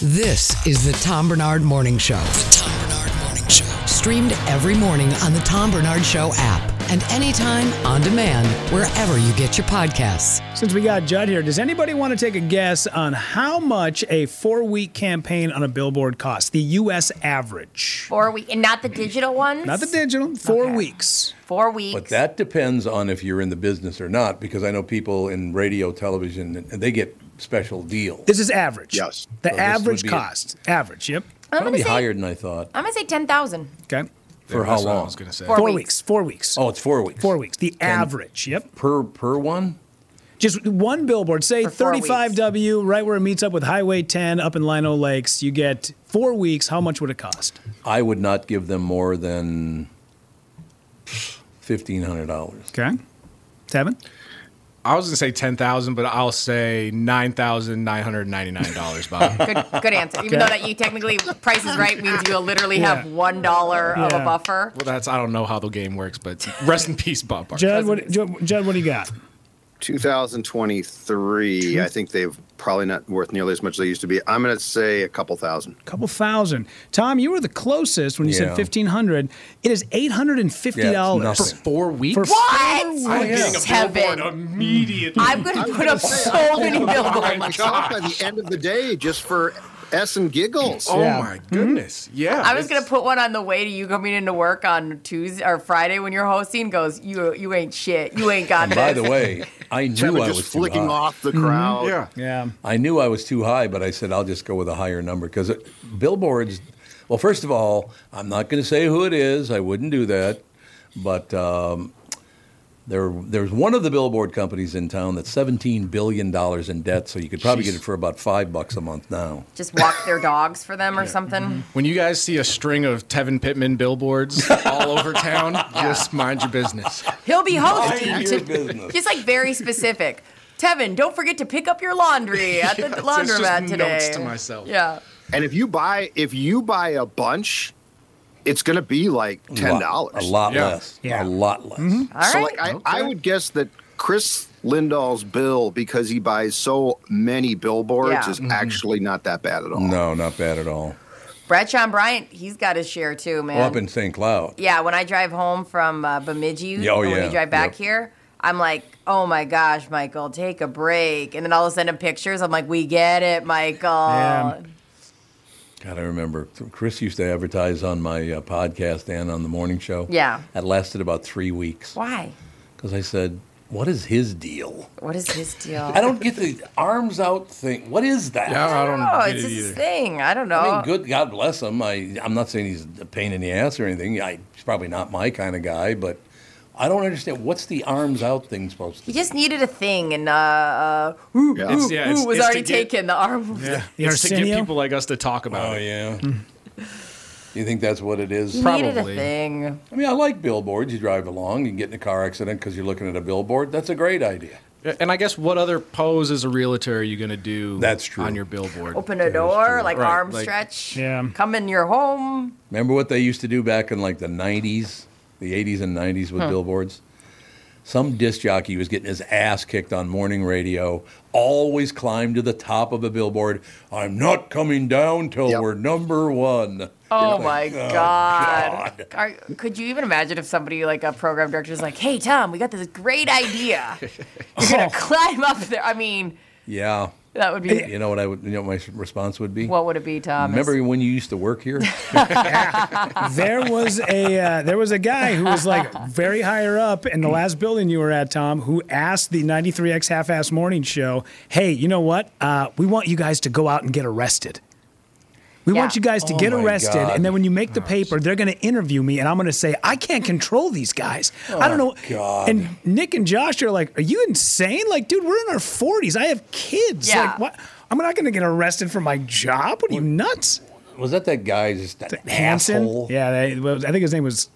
This is the Tom Bernard Morning Show. The Tom Bernard Morning Show. Streamed every morning on the Tom Bernard Show app and anytime on demand wherever you get your podcasts. Since we got Judd here, does anybody want to take a guess on how much a four week campaign on a billboard costs? The U.S. average. Four weeks, and not the digital ones. Not the digital, four weeks. Four weeks. But that depends on if you're in the business or not, because I know people in radio, television, and they get special deals. This is average. Yes. The So this average would be- cost. Average, yep. I'm gonna Probably say, higher than I thought. I'm gonna say ten thousand. Okay. For how That's what I long? was gonna say. Four- Four weeks. weeks. Four weeks. Oh, it's four weeks. Four weeks. The average, yep. per per one. Just one billboard, say For four 35W, right where it meets up with Highway 10 up in Lino Lakes. You get four weeks. How much would it cost? I would not give them more than fifteen hundred dollars. Okay. Tevin? I was gonna say ten thousand, but I'll say nine thousand nine hundred ninety nine dollars, Bob. Good, good answer. Even though that you technically Price is Right means you'll literally have Yeah. one dollar of Yeah. a buffer. well, that's I don't know how the game works, but rest in peace, Bob. Barker. Judd what, Judd, Judd, what do you got? 2023, I think they've probably not worth nearly as much as they used to be. I'm going to say a couple thousand. couple thousand. Tom, you were the closest when you Yeah. said fifteen hundred. It is eight hundred and fifty Yeah, dollars. it's for four weeks. For- What? I'm getting a Seven. billboard immediately. I'm gonna put up so many billboards. Myself by the end of the day, just for s and giggles. oh Yeah. my Hmm? goodness! Yeah, I was it's- gonna put one on the way to you coming into work on Tuesday or Friday when you're hosting. Goes you you ain't shit. You ain't got And by this. the way, I knew Kevin I just was too flicking high. off the Mm-hmm. crowd. Yeah, Yeah. I knew I was too high, but I said I'll just go with a higher number because billboards. Well, first of all, I'm not going to say who it is. I wouldn't do that. But um, there, there's one of the billboard companies in town that's 17 billion dollars in debt, so you could probably get it for about five bucks a month now. Just walk their dogs for them or something. When you guys see a string of Tevin Pittman billboards all over town, just mind your business. He'll be hosting. Mind your business. Just like very specific. Tevin, don't forget to pick up your laundry at the laundromat just notes today. to myself. Yeah. And if you buy if you buy a bunch, it's going to be like ten dollars. a lot Yeah. less, Yeah. a lot less. All right. Hmm? So like I, I would guess that Chris Lindahl's bill because he buys so many billboards Yeah. is Mm-hmm. actually not that bad at all. No, not bad at all. Bradshaw Bryant, he's got his share too, man. Well, up in St. Cloud. yeah, when I drive home from uh, Bemidji, Yeah, oh, or when yeah. we drive back Yep. here, I'm like, oh my gosh, Michael, take a break. And then all of a sudden, pictures, I'm like, we get it, Michael. Yeah. God, I remember Chris used to advertise on my uh, podcast and on the morning show. Yeah. That lasted about three weeks. Why? Because I said, what is his deal? What is his deal? I don't get the arms out thing. What is that? Yeah, I don't know. get It's it his either. thing. I don't know. I mean, good God bless him. I, I'm not saying he's a pain in the ass or anything. I, he's probably not my kind of guy, but I don't understand. What's the arms out thing supposed He to just needed a thing, and uh, uh ooh, Yeah. ooh, It's- yeah, ooh it's- was it's to already get- taken. The arm. Yeah, The it's to get Arsenio? people like us to talk about Oh, it. yeah. you think that's what it is? He needed a Probably. thing. I mean, I like billboards. You drive along, you can get in a car accident because you're looking at a billboard. That's a great idea. And I guess what other pose as a realtor are you going to do That's true. on your billboard? Open a door, like Right, arm like- stretch. Yeah. Come in your home. Remember what they used to do back in like the 90s, the 80s and 90s with billboards? Some disc jockey was getting his ass kicked on morning radio, always climbed to the top of a billboard. I'm not coming down till Yep. we're number one. Oh Like, my oh, God. God. Are, could you even imagine if somebody like a program director was like, "Hey Tom, we got this great idea. You're Oh. gonna climb up there." I mean, Yeah. that would be. You know what I would, you know what my response would be? What would it be, Tom? Remember when you used to work here? There was a uh, there was a guy who was like very higher up in the last building you were at, Tom, who asked the 93X half ass morning show, Hey, you know what? Uh, we want you guys to go out and get arrested. We Yeah. want you guys to Oh get my arrested, God. and then when you make the paper, they're going to interview me, and I'm going to say I can't control these guys. I don't know. Oh, God. And Nick and Josh are like, "Are you insane? Like, dude, we're in our 40s. I have kids. Yeah. Like, what? I'm not going to get arrested for my job. What are you nuts?" was that that guy just that Hansen. asshole? Yeah, they, well, I think his name was.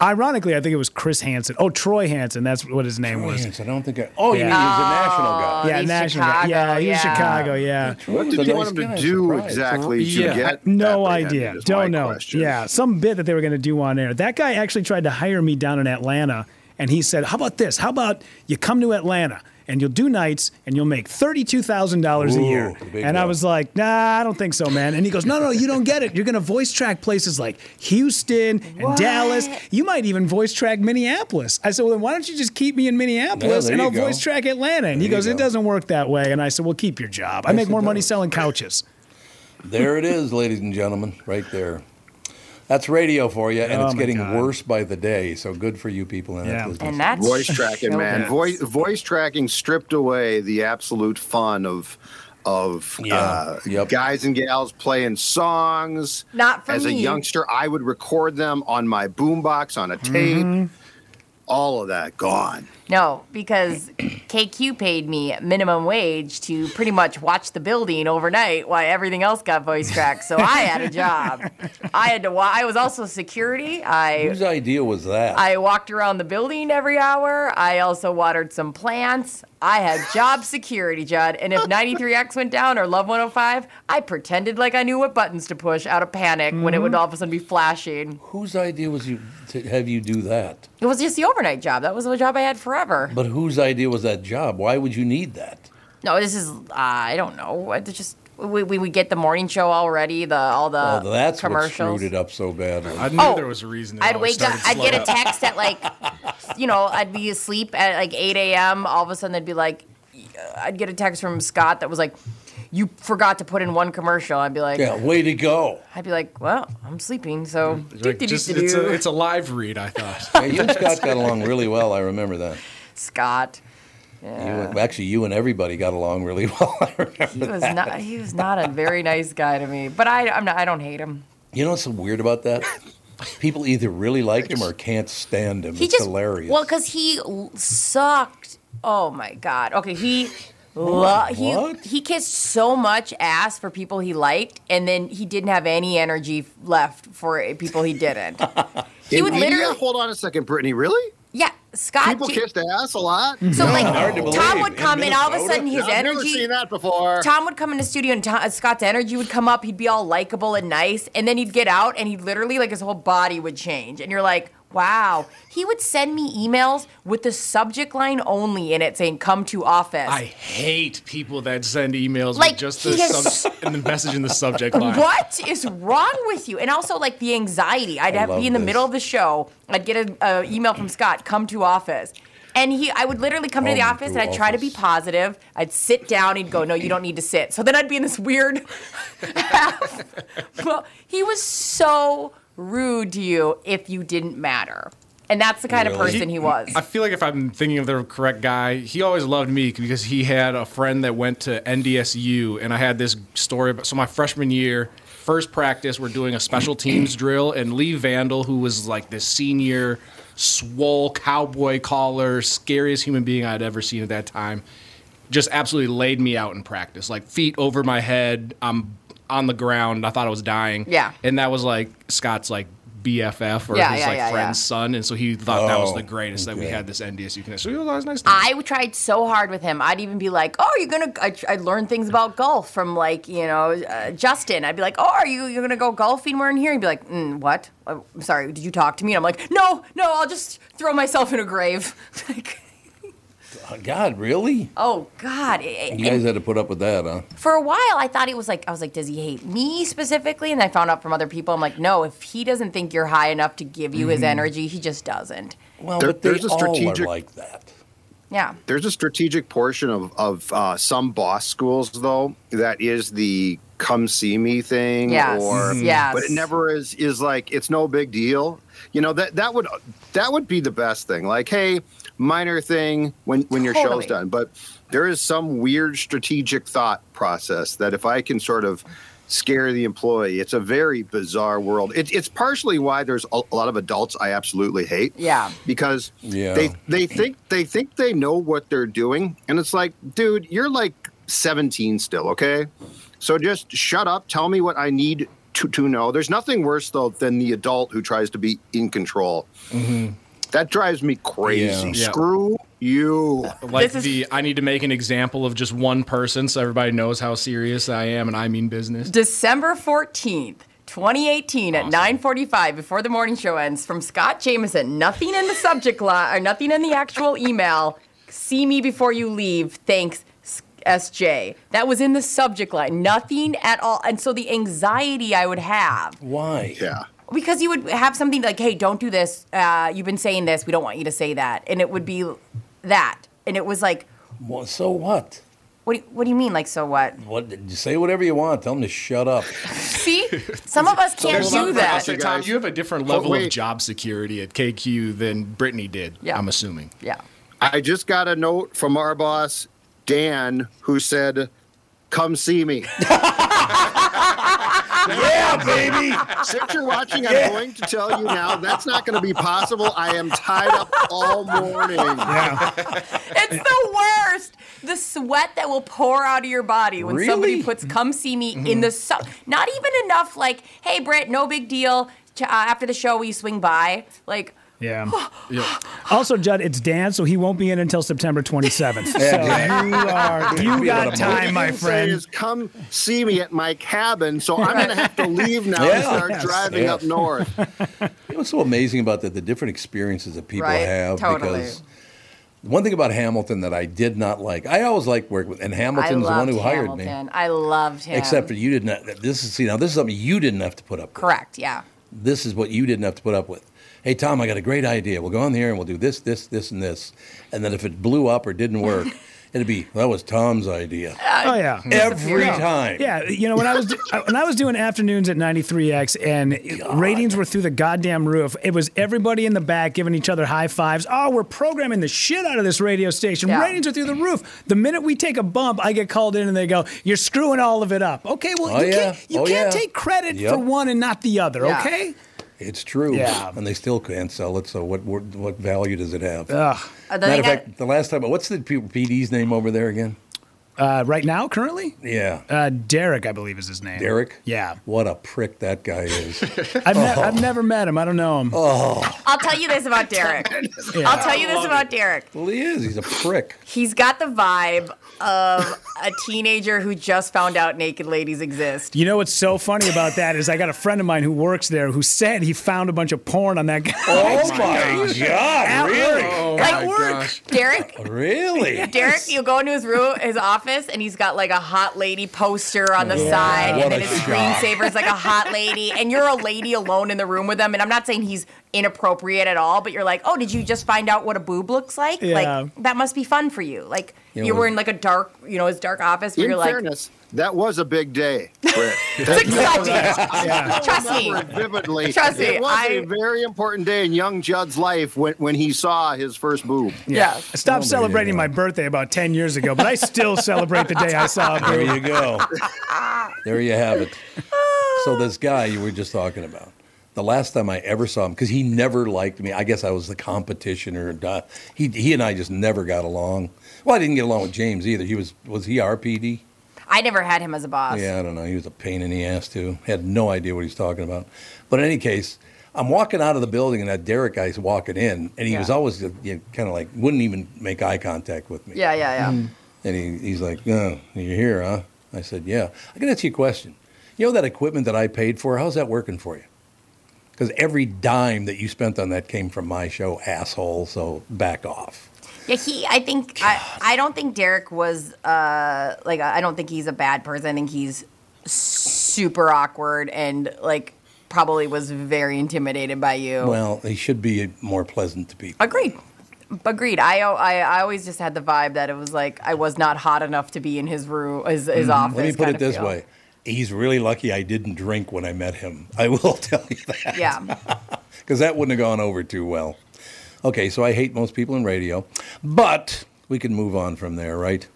Ironically, I think it was Chris Hansen. Oh, Troy Hansen. That's what his name was. Hansen, I don't think I. Oh, you mean he was a national guy. Yeah, Oh, he's national. guy. Chicago, yeah, he was yeah. Chicago. Yeah. What did So you nice want him guy, to do surprise. exactly to Yeah. get? No that big-handed idea. is my Don't know. question. Yeah, some bit that they were going to do on air. That guy actually tried to hire me down in Atlanta, and he said, "How about this? How about you come to Atlanta and you'll do nights and you'll make $32,000 a Ooh, year. the And big I one. was like, nah, I don't think so, man. And he goes, no, no, you don't get it. You're going to voice track places like Houston and Dallas. You might even voice track Minneapolis. I said, well, then why don't you just keep me in Minneapolis there and you I'll go. voice track Atlanta? And he There you goes, it go. doesn't work that way. And I said, well, keep your job. I Yes, make it more money does. selling couches. There it is, ladies and gentlemen, right there. That's radio for you, and Oh, it's my getting God. worse by the day. So good for you people in Yeah. that business. And that's voice tracking, so man. good. Voice voice tracking stripped away the absolute fun of of Yeah. uh, Yep. guys and gals playing songs. Not for as a me. youngster, I would record them on my boombox on a tape. Mm-hmm. All of that gone. No, because KQ paid me minimum wage to pretty much watch the building overnight while everything else got voice tracked. So I had a job. I had to. Wa- I was also security. I Whose idea was that? I walked around the building every hour. I also watered some plants. I had job security, Judd. And if 93X went down or Love 105, I pretended like I knew what buttons to push out of panic when Mm-hmm. it would all of a sudden be flashing. whose idea was you to have you do that? It was just the overnight job. That was the job I had forever. But whose idea was that job? Why would you need that? No, this is uh, I don't know. It's just we, we we get the morning show already. The all the Oh, that's what commercials. screwed it up so badly. I knew Oh, there was a reason. it I'd always wake up. started I'd slow get a up. text at like, you know, I'd be asleep at like 8 a.m. All of a sudden, they'd be like, uh, I'd get a text from Scott that was like, "You forgot to put in one commercial." I'd be like, yeah, way to go. I'd be like, well, I'm sleeping, so. It's like, just- it's, a, it's a live read, I thought. Yeah, you and Scott got along really well. I remember that. Scott. You, and- actually, you and everybody got along really well. I remember. He was not. He was not a very nice guy to me, but I, I'm not. I don't hate him. You know what's so weird about that? People either really like him or can't stand him. He it's just hilarious. Well, because he l- sucked. Oh my god. Okay, he. Lo- he What? he kissed so much ass for people he liked, and then he didn't have any energy left for people he didn't. he In would media? literally, hold on a second, Brittany. Really? yeah. Scott, People J- kissed ass a lot. so like to Tom believe. would In come in, all of a Minnesota? sudden his I've never energy. seen that before. Tom would come in the studio and Tom, Scott's energy would come up. He'd be all likable and nice. And then he'd get out and he'd literally, like, his whole body would change. And you're like, wow. He would send me emails with the subject line only in it saying, come to office. I hate people that send emails Like, with just the, he has- sub- and the message in the subject line. what is wrong with you? And also, like, the anxiety. I'd I have, love be in the this. middle of the show. I'd get an email from Scott, come to office. And he, I would literally come to the Come office and to I'd try to Oh, be office. positive. I'd sit down. He'd go, no, you don't need to sit. So then I'd be in this weird Well, he was so rude to you if you didn't matter. And that's the kind of Really? person he was. I feel like if I'm thinking of the correct guy, he always loved me because he had a friend that went to NDSU, and I had this story. About, so my freshman year, first practice, we're doing a special teams drill, and Lee Vandal, who was like this senior, swole cowboy collar, scariest human being I'd ever seen at that time, just absolutely laid me out in practice, like feet over my head. I'm on the ground. I thought I was dying. Yeah. and that was like Scott's like. BFF or Yeah, his yeah, like yeah, yeah. friend's son, and so he thought that was Oh, the greatest that we okay. had this NDSU connection. So it was always nice. To I would tried so hard with him. I'd even be like, "Oh, you're gonna." I, I learned things about golf from like you know uh, Justin. I'd be like, "Oh, are you you're gonna go golfing? We're in here." He'd be like, mm, "What? I'm sorry, did you talk to me?" And I'm like, "No, no, I'll just throw myself in a grave." like, Uh, God, really? oh God! And- You guys had to put up with that, huh? for a while I thought it was like I was like, does he hate me specifically? And I found out from other people, I'm like, no, if he doesn't think you're high enough to give you his energy, he just doesn't. Mm-hmm. Well, There- but they there's a all are strategic- like that. Yeah. There's a strategic portion of of uh, some boss schools though that is the come see me thing. Yes. Or Yes. but it never is is like it's no big deal. You know that that would that would be the best thing. Like hey, minor thing when when your Totally. show's done. But there is some weird strategic thought process that if I can sort of scare the employee it's a very bizarre world it, it's partially why there's a, a lot of adults i absolutely hate Yeah. because Yeah. they they think they think they know what they're doing and it's like dude you're like 17 still okay so just shut up tell me what i need to, to know there's nothing worse though than the adult who tries to be in control that drives me crazy Yeah. Yeah. screw you like This is- the I need to make an example of just one person so everybody knows how serious I am and I mean business. December 14th. 2018 at 9:45 before the morning show ends from Scott Jameson. Nothing in the subject line or nothing in the actual email. see me before you leave. Thanks, S- SJ. That was in the subject line. Nothing at all. And so the anxiety I would have Why? Yeah. because you would have something like, "Hey, don't do this. Uh, you've been saying this. We don't want you to say that." And it would be that. And it was like, Well, so what? "What? Do you, what do you mean? Like, so what?" What? Say whatever you want. Tell them to shut up. See, some of us can't there's do not- I'll that. say, Tom, you have a different level of wait. job security at KQ than Brittany did. Yeah. I'm assuming. Yeah. I just got a note from our boss, Dan, who said, Come see me. yeah, baby. Since you're watching, I'm going to tell you now that's not going to be possible. I am tied up all morning. It's the worst. The sweat that will pour out of your body when somebody Really? Mm-hmm. puts "Come see me" in the sun. Not even enough. Like, hey, Britt, no big deal. Ch- uh, after the show, will you swing by? Like, Yeah. Yeah. Also, Judd, it's Dan, so he won't be in until September 27th. so Yeah. you are you Be got about a month. time, my What he didn't say friend. Is come see me at my cabin. So I'm going to have to leave now and Yeah. start Yes. driving Yeah. up north. You know what's so amazing about that? The different experiences that people Right, have. totally. Because one thing about Hamilton that I did not like, I always liked work with, and Hamilton's I the one loved who hired Hamilton. me. I loved him. Except for you did not. This is see now. This is something you didn't have to put up. with. correct. Yeah. This is what you didn't have to put up with. Hey Tom, I got a great idea. We'll go on here and we'll do this, this, this, and this. And then if it blew up or didn't work, it'd be that was Tom's idea Oh yeah. every Yeah. time. Yeah, you know when I was uh, when I was doing afternoons at 93x and ratings were through the goddamn roof. It was everybody in the back giving each other high fives. Oh, we're programming the shit out of this radio station. Yeah. Ratings are through the roof. The minute we take a bump, I get called in and they go, "You're screwing all of it up." Okay, well Oh, you yeah. can't you Oh, can't yeah. take credit Yep. for one and not the other. Yeah. Okay. It's true. Yeah. And they still can't sell it. So what what, what value does it have? Uh, then Matter they of got- fact, the last time, what's the P- PD's name over there again? Uh, right now, currently, Yeah. uh, Derek, I believe is his name. Derek? Yeah. What a prick that guy is. I've, ne- Oh. I've never met him. I don't know him. I'll tell you this about Derek. I'll tell you this about Derek. well, he is. He's a prick. He's got the vibe of a teenager who just found out naked ladies exist. You know what's so funny about that is I got a friend of mine who works there who said he found a bunch of porn on that guy. Oh, my God. Really? Oh Like my work. gosh. Derek Really? Derek, you go into his room, his office, and he's got like a hot lady poster on the side, what and then a his shock. screensaver is like a hot lady, and you're a lady alone in the room with him. And I'm not saying he's inappropriate at all, but you're like, oh, did you just find out what a boob looks like? Yeah. Like that must be fun for you. Like You you, know, were in like a dark, you know, his dark office where In you're like, fairness, that was a big day. Britt. it's exciting. I Trust me. remember it Vividly. Trust me, It was a I- very important day in young Judd's life when, when he saw his first boob. Yeah. I stopped Oh, there you celebrating go. my birthday about 10 years ago, but I still celebrate the day I saw a There boob. you go. There you have it. So, this guy you were just talking about, the last time I ever saw him, because he never liked me. I guess I was the competition or not. He, he and I just never got along. Well, I didn't get along with James either. He was, was he RPD? I never had him as a boss. Yeah, I don't know. He was a pain in the ass too. Had no idea what he was talking about. But in any case, I'm walking out of the building and that Derek guy's walking in, and he Yeah. was always you know, kind of like wouldn't even make eye contact with me. Yeah, yeah, yeah. Hmm. And he, he's like, "Oh, you're here, huh?" I said, "Yeah." I can ask you a question. You know that equipment that I paid for? How's that working for you? Because every dime that you spent on that came from my show, asshole. So back off. Yeah, he. I think I. I don't think Derek was uh like. I don't think he's a bad person. I think he's super awkward and like probably was very intimidated by you. Well, he should be more pleasant to people. agreed. Agreed. I, I I always just had the vibe that it was like I was not hot enough to be in his room, his, his office. Mm-hmm. Let me put kind it of this feel. way. He's really lucky I didn't drink when I met him. I will tell you that. Yeah. Because that wouldn't have gone over too well. Okay, so I hate most people in radio, but we can move on from there, right?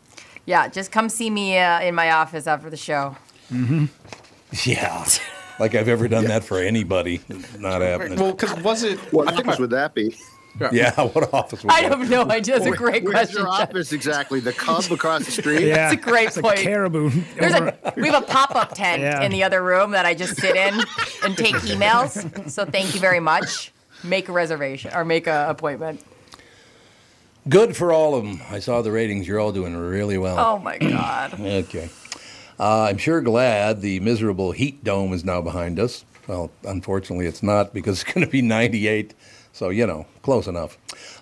Yeah. Just come see me uh, in my office after the show. Yeah. Mm-hmm. like I've ever done that for anybody. Not happening. Well, because was it? What I think office my- would that be? yeah, what office was I that? don't know. I just a great Where's question. your Jeff. office exactly? The Cub across the street? Yeah. That's a great it's point. A caribou. There's over- a we have a pop up tent Yeah. in the other room that I just sit in and take emails. So thank you very much. Make a reservation or make an appointment. Good for all of them. I saw the ratings. You're all doing really well. Oh my god. Okay. Uh, I'm sure glad the miserable heat dome is now behind us. Well, unfortunately, it's not because it's going to be 98. So, you know, close enough.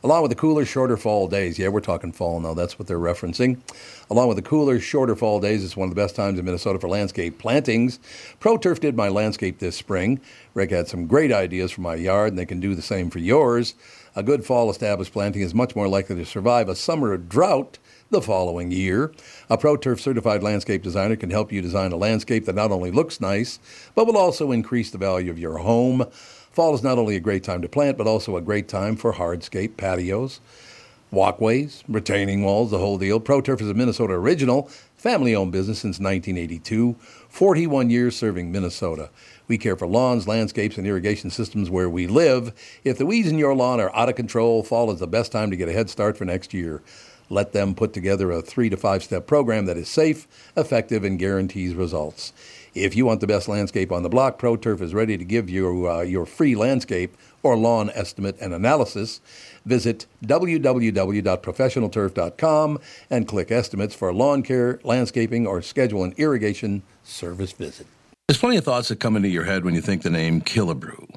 Along with the cooler, shorter fall days. Yeah, we're talking fall now. That's what they're referencing. Along with the cooler, shorter fall days, it's one of the best times in Minnesota for landscape plantings. ProTurf did my landscape this spring. Rick had some great ideas for my yard, and they can do the same for yours. A good fall established planting is much more likely to survive a summer of drought the following year. A ProTurf certified landscape designer can help you design a landscape that not only looks nice, but will also increase the value of your home. Fall is not only a great time to plant, but also a great time for hardscape patios, walkways, retaining walls, the whole deal. ProTurf is a Minnesota original, family owned business since 1982, 41 years serving Minnesota. We care for lawns, landscapes, and irrigation systems where we live. If the weeds in your lawn are out of control, fall is the best time to get a head start for next year. Let them put together a three to five step program that is safe, effective, and guarantees results. If you want the best landscape on the block, ProTurf is ready to give you uh, your free landscape or lawn estimate and analysis. Visit www.professionalturf.com and click estimates for lawn care, landscaping, or schedule an irrigation service visit. There's plenty of thoughts that come into your head when you think the name Killebrew.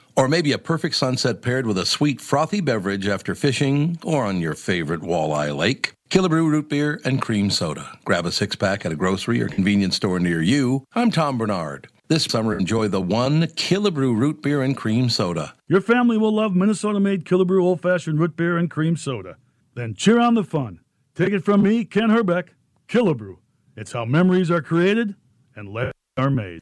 Or maybe a perfect sunset paired with a sweet, frothy beverage after fishing or on your favorite walleye lake. Killebrew root beer and cream soda. Grab a six pack at a grocery or convenience store near you. I'm Tom Bernard. This summer, enjoy the one Killebrew root beer and cream soda. Your family will love Minnesota made Killebrew old fashioned root beer and cream soda. Then cheer on the fun. Take it from me, Ken Herbeck. Killebrew. It's how memories are created and legends are made.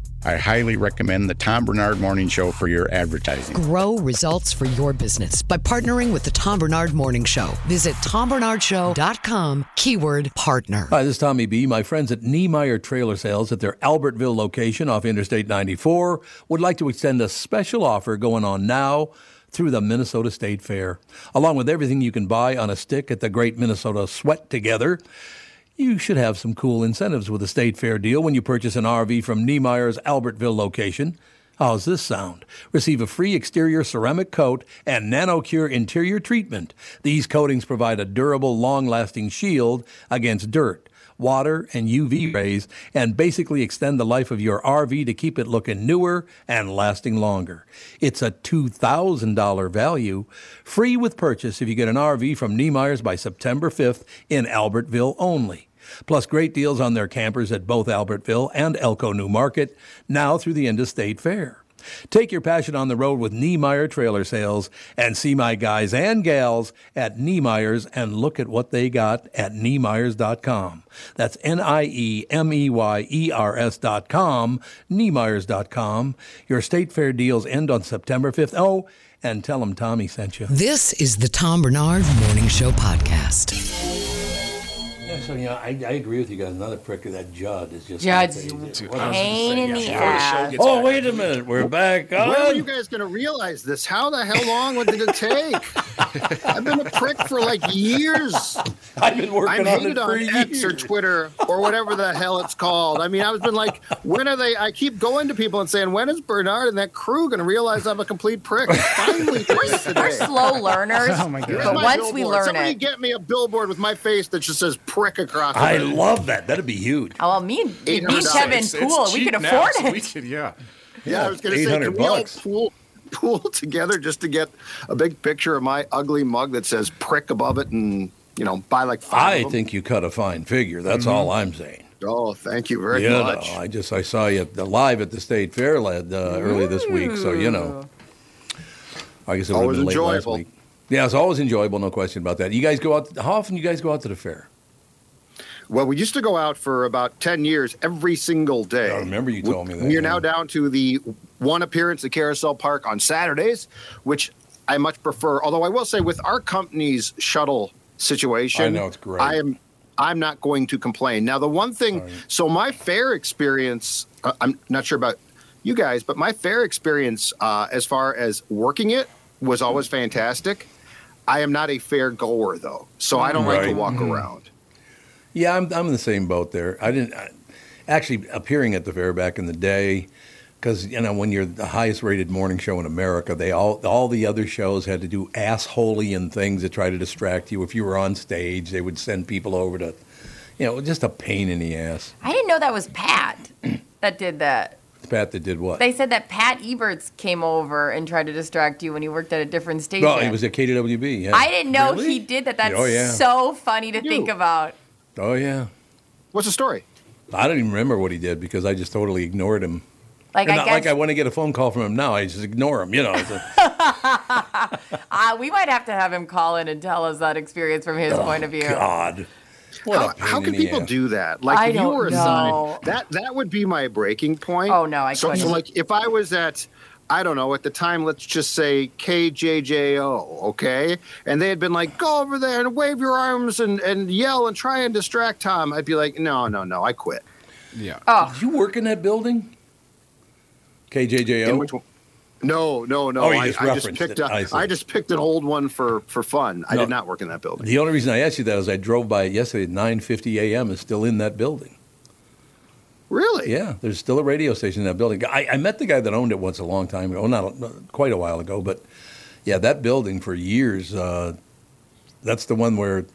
I highly recommend the Tom Bernard Morning Show for your advertising. Grow results for your business by partnering with the Tom Bernard Morning Show. Visit tombernardshow.com, keyword partner. Hi, this is Tommy B. My friends at Niemeyer Trailer Sales at their Albertville location off Interstate 94 would like to extend a special offer going on now through the Minnesota State Fair. Along with everything you can buy on a stick at the Great Minnesota Sweat Together, you should have some cool incentives with a state fair deal when you purchase an RV from Niemeyer's Albertville location. How's this sound? Receive a free exterior ceramic coat and NanoCure interior treatment. These coatings provide a durable, long lasting shield against dirt, water, and UV rays, and basically extend the life of your RV to keep it looking newer and lasting longer. It's a $2,000 value, free with purchase if you get an RV from Niemeyer's by September 5th in Albertville only. Plus, great deals on their campers at both Albertville and Elko New Market, now through the end of State Fair. Take your passion on the road with Niemeyer Trailer Sales and see my guys and gals at Niemeyer's and look at what they got at Niemeyer's.com. That's N I E M E Y E R S.com, Niemeyer's.com. Your state fair deals end on September 5th. Oh, and tell them Tommy sent you. This is the Tom Bernard Morning Show podcast. Yeah, so yeah, I, I agree with you guys. Another prick of that Judd is just Judd's crazy. pain in the ass. Oh, wait a minute. We're back on. When are you guys going to realize this? How the hell long did it take? I've been a prick for like years. I've been working I'm on hated it on for X or years. Twitter or whatever the hell it's called. I mean, I've been like, when are they? I keep going to people and saying, when is Bernard and that crew going to realize I'm a complete prick? Finally, We're slow learners, Oh, my God. but once we learn Somebody it, get me a billboard with my face that just says prick across I it. love that. That'd be huge. oh, well, me and, me and $800. Kevin It's- it's Pool, we cheap can now, afford so it. we could- yeah. Yeah, I was going to say, 800 can we all bucks. pool, pool together just to get a big picture of my ugly mug that says prick above it and, you know, buy like five I of them? think you cut a fine figure. That's all I'm saying. Oh, thank you Mm-hmm. very you know, much. I just I saw you at the live at the state fair lad, uh, early this week, so you know. I guess it would have Always been late last enjoyable. week. Yeah, it's always enjoyable, no question about that. You guys go out. How often you guys go out to the fair? Well, we used to go out for about 10 years every single day. I remember you We- told me that, We yeah. are now down to the one appearance at Carousel Park on Saturdays, which I much prefer. Although I will say, with our company's shuttle situation, I know, it's great. I am I'm not going to complain. Now, the one thing, so my fair experience, uh, I'm not sure about you guys, but my fair experience uh, as far as working it was always Hmm. fantastic. I am not a fair goer though, so I don't like to Right. Hmm. walk around. Yeah, I'm, I'm in the same boat there. I didn't I, actually appearing at the fair back in the day because you know when you're the highest rated morning show in America, they all all the other shows had to do assholian things to try to distract you. If you were on stage, they would send people over to, you know, just a pain in the ass. I didn't know that was Pat that did that. The Pat that did what? They said that Pat Eberts came over and tried to distract you when you worked at a different station. well, it was at KWB. Yeah. I didn't know Really? he did that. That's Oh, yeah. so funny to You. think about. Oh yeah. What's the story? I don't even remember what he did because I just totally ignored him. Like And I not guess like I want to get a phone call from him now. I just ignore him. You know. It's a- uh, we might have to have him call in and tell us that experience from his point of view. Oh, God. What a How, pain how in can the people ass. do that? Like I if you don't were know. assigned that that would be my breaking point. Oh, no, I so, so couldn't. like if I was at I don't know, at the time let's just say KJJO, okay? And they had been like, go over there and wave your arms and, and yell and try and distract Tom. I'd be like, no, no, no, I quit. Yeah. Oh, Did you work in that building? And KJJO. which one- No, no, no. Oh, you I, just I just referenced picked it. up I I, see. just picked an old one for for fun. I No. did not work in that building. The only reason I asked you that is I drove by it yesterday at 9:50 a.m. It's still in that building. Really? Yeah, there's still a radio station in that building. I, I met the guy that owned it once a long time ago, not, not quite a while ago, but yeah, that building for years. Uh, that's the one where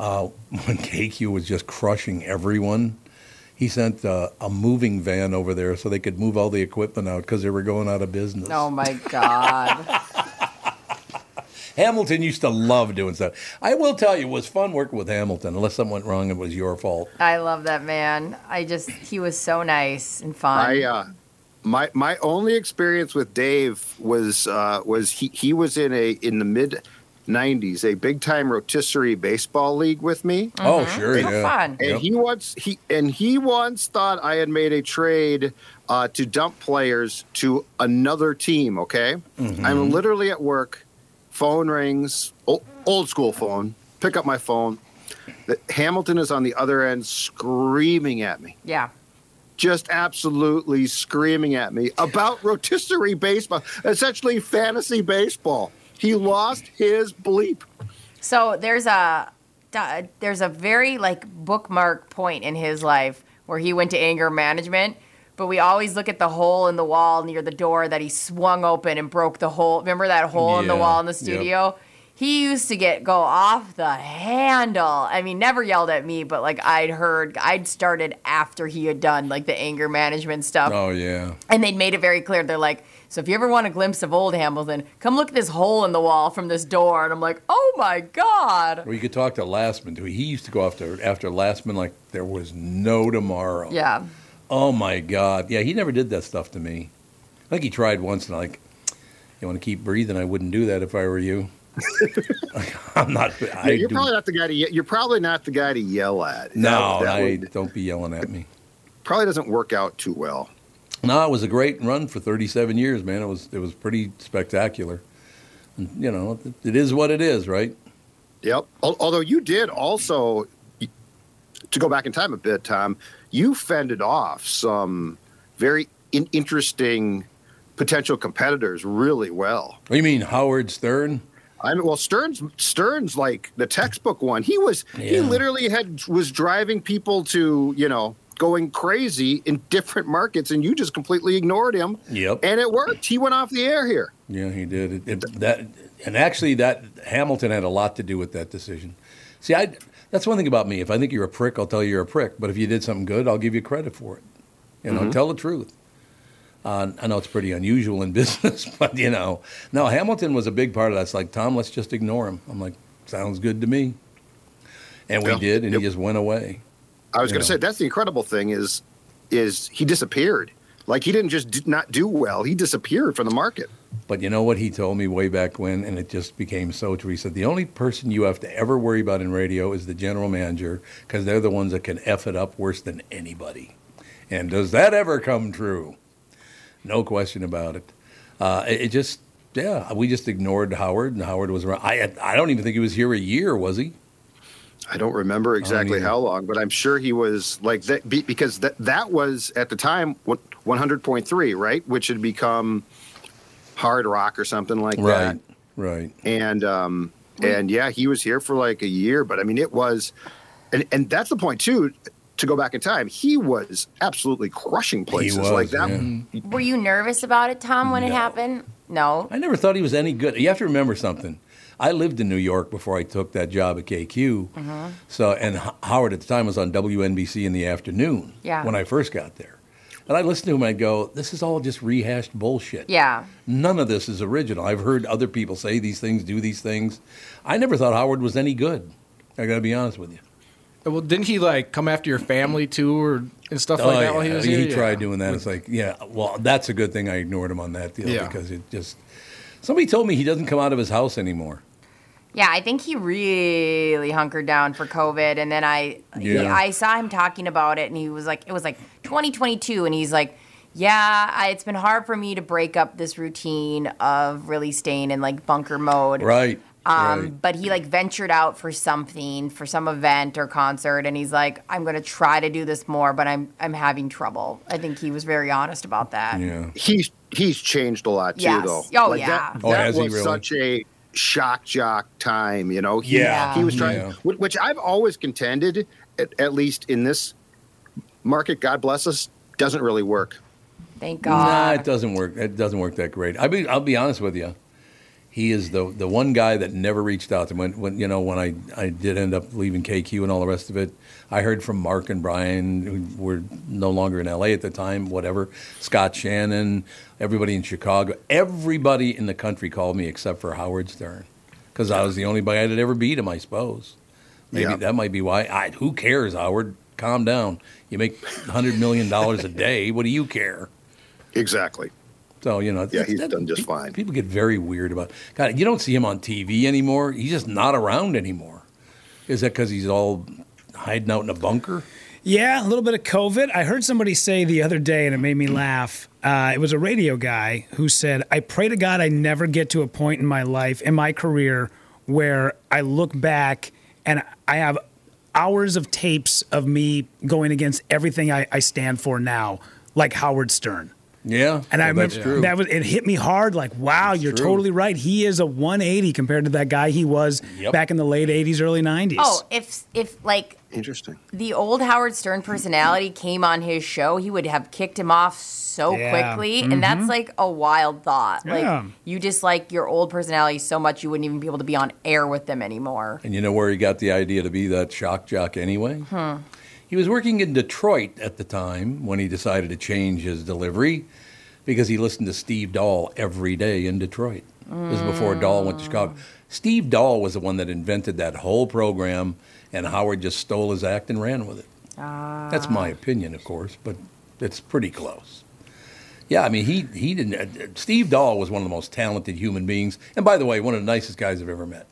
uh, when KQ was just crushing everyone. He sent uh, a moving van over there so they could move all the equipment out because they were going out of business. oh my God. Hamilton used to love doing stuff. I will tell you, it was fun working with Hamilton, unless something went wrong, it was your fault. I love that man. I just, he was so nice and fun. I uh, my my only experience with Dave was uh, was he he was in a in the mid '90s a big time rotisserie baseball league with me, Oh, sure, Mm-hmm. How yeah. fun. and Yep. he once he and he once thought I had made a trade uh, to dump players to another team. Okay, Mm-hmm. I'm literally at work. Phone rings, old, old school phone. Pick up my phone. The- Hamilton is on the other end screaming at me Yeah. just absolutely screaming at me about rotisserie baseball, essentially fantasy baseball. He lost his bleep. So there's a da- there's a very like bookmark point in his life where he went to anger management. But we always look at the hole in the wall near the door that he swung open and broke the hole. Remember that hole in the Yeah, wall in the yep. studio? He used to get go off the handle. I mean, never yelled at me, but like I'd heard, I'd started after he had done like the anger management stuff. Oh, yeah. And they'd made it very clear. They're like, so if you ever want a glimpse of old Hamilton, come look at this hole in the wall from this door. And I'm like, oh my God. Well, you could talk to Lastman, too. He used to go after, after Lastman like there was no tomorrow. Yeah. Oh, my God. Yeah, he never did that stuff to me. I think he tried once, and like, you want to keep breathing? I wouldn't do that if I were you. I'm not. I you're do, probably not the guy to. ye- You're probably not the guy to yell at. no, that, that I, would- don't be yelling at me. probably doesn't work out too well. No, it was a great run for 37 years, man. It was it was pretty spectacular. And, you know, it- it is what it is, right? Yep. Al- Although you did also, to go back in time a bit, Tom, you fended off some very in- interesting potential competitors really well. What do you mean, Howard Stern? I mean, well, Stern's Stern's like the textbook one. He was he Yeah. literally had was driving people to you know going crazy in different markets, and you just completely ignored him. Yep. And it worked. He went off the air here. Yeah, he did. It, it, that and actually, that Hamilton had a lot to do with that decision. See, I that's one thing about me. If I think you're a prick, I'll tell you you're a prick. But if you did something good, I'll give you credit for it. You know, Mm-hmm. tell the truth. Uh, I know it's pretty unusual in business, but you know, no, Hamilton was a big part of that. It's like Tom, let's just ignore him. I'm like, sounds good to me. And we Yeah. did, and Yep. he just went away. I was You going know. to say that's the incredible thing is is he disappeared. Like he didn't just d- not do well. He disappeared from the market. But you know what he told me way back when, and it just became so true. He said, The only person you have to ever worry about in radio is the general manager because they're the ones that can F it up worse than anybody. And does that ever come true? No question about it. Uh, it, it just, yeah, we just ignored Howard, and Howard was around. I, I don't even think he was here a year, was he? I don't remember exactly either. how long, but I'm sure he was like that be- because that that was at the time what- 100.3, right? Which had become hard rock or something like that. Right, right. and um and yeah he was here for like a year but i mean it was and and that's the point too to go back in time he was absolutely crushing places was, like that yeah. Were you nervous about it, Tom, when it No. happened? No. I never thought he was any good. You have to remember something. I lived in New York before I took that job at KQ. Mm-hmm. So, and H- Howard at the time was on WNBC in the afternoon Yeah. when I first got there. And I listened to him and I'd go, this is all just rehashed bullshit. Yeah. None of this is original. I've heard other people say these things, do these things. I never thought Howard was any good. I got to be honest with you. Well, didn't he like come after your family too, or and stuff Oh, like that while he Oh, yeah. was here? Yeah. tried doing that. It's like, yeah, well, that's a good thing I ignored him on that deal Yeah. because it just. Somebody told me he doesn't come out of his house anymore. Yeah, I think he really hunkered down for COVID, and then I he- Yeah. I saw him talking about it, and he was like, it was like 2022, and he's like, yeah, I, it's been hard for me to break up this routine of really staying in like bunker mode. Right. Um, right. But he like ventured out for something, for some event or concert, and he's like, "I'm gonna try to do this more, but I'm I'm having trouble." I think he was very honest about that. Yeah. he's he's changed a lot too Yes. though Oh, like yeah. that, Oh, that has he was really? such a shock jock time you know he, Yeah. he was trying Yeah. wh- which i've always contended at, at least in this market god bless us doesn't really work Thank Nah, God. it doesn't work. It doesn't work that great. I mean, I'll be honest with you. He is the the one guy that never reached out to. him. When when you know when I I did end up leaving KQ and all the rest of it, I heard from Mark and Brian who were no longer in LA at the time. Whatever, Scott Shannon, everybody in Chicago, everybody in the country called me except for Howard Stern, because I was the only guy that ever beat him, I suppose. Maybe Yeah. that might be why. I, who cares, Howard? Calm down. You make hundred million dollars a day. What do you care? exactly So you know, Yeah, he's that- done just pe- fine. People get very weird about. God, you don't see him on TV anymore. He's just not around anymore. Is that because he's all hiding out in a bunker? Yeah, a little bit of COVID. I heard somebody say the other day, and it made me Mm-hmm. laugh. Uh, it was a radio guy who said, I pray to God I never get to a point in my life, in my career, where I look back and I have hours of tapes of me going against everything I, I stand for now, like Howard Stern. Yeah, And I well, remember Oh, that's true. that was it hit me hard. Like, wow, you're true. totally right. He is a 180 compared to that guy he was Yep. back in the late 80s, early 90s. oh, if if like interesting the old Howard Stern personality came on his show, he would have kicked him off so Yeah. quickly. And that's like a wild thought. Yeah. Like you dislike your old personality so much you wouldn't even be able to be on air with them anymore. and you know where he got the idea to be that shock jock anyway? He was working in Detroit at the time when he decided to change his delivery because he listened to Steve Dahl every day in Detroit. This is before Dahl went to Chicago. Steve Dahl was the one that invented that whole program, and Howard just stole his act and ran with it. Ah. That's my opinion, of course, but it's pretty close. Yeah, I mean, he, he didn't. uh, uh, Steve Dahl was one of the most talented human beings. And by the way, one of the nicest guys I've ever met.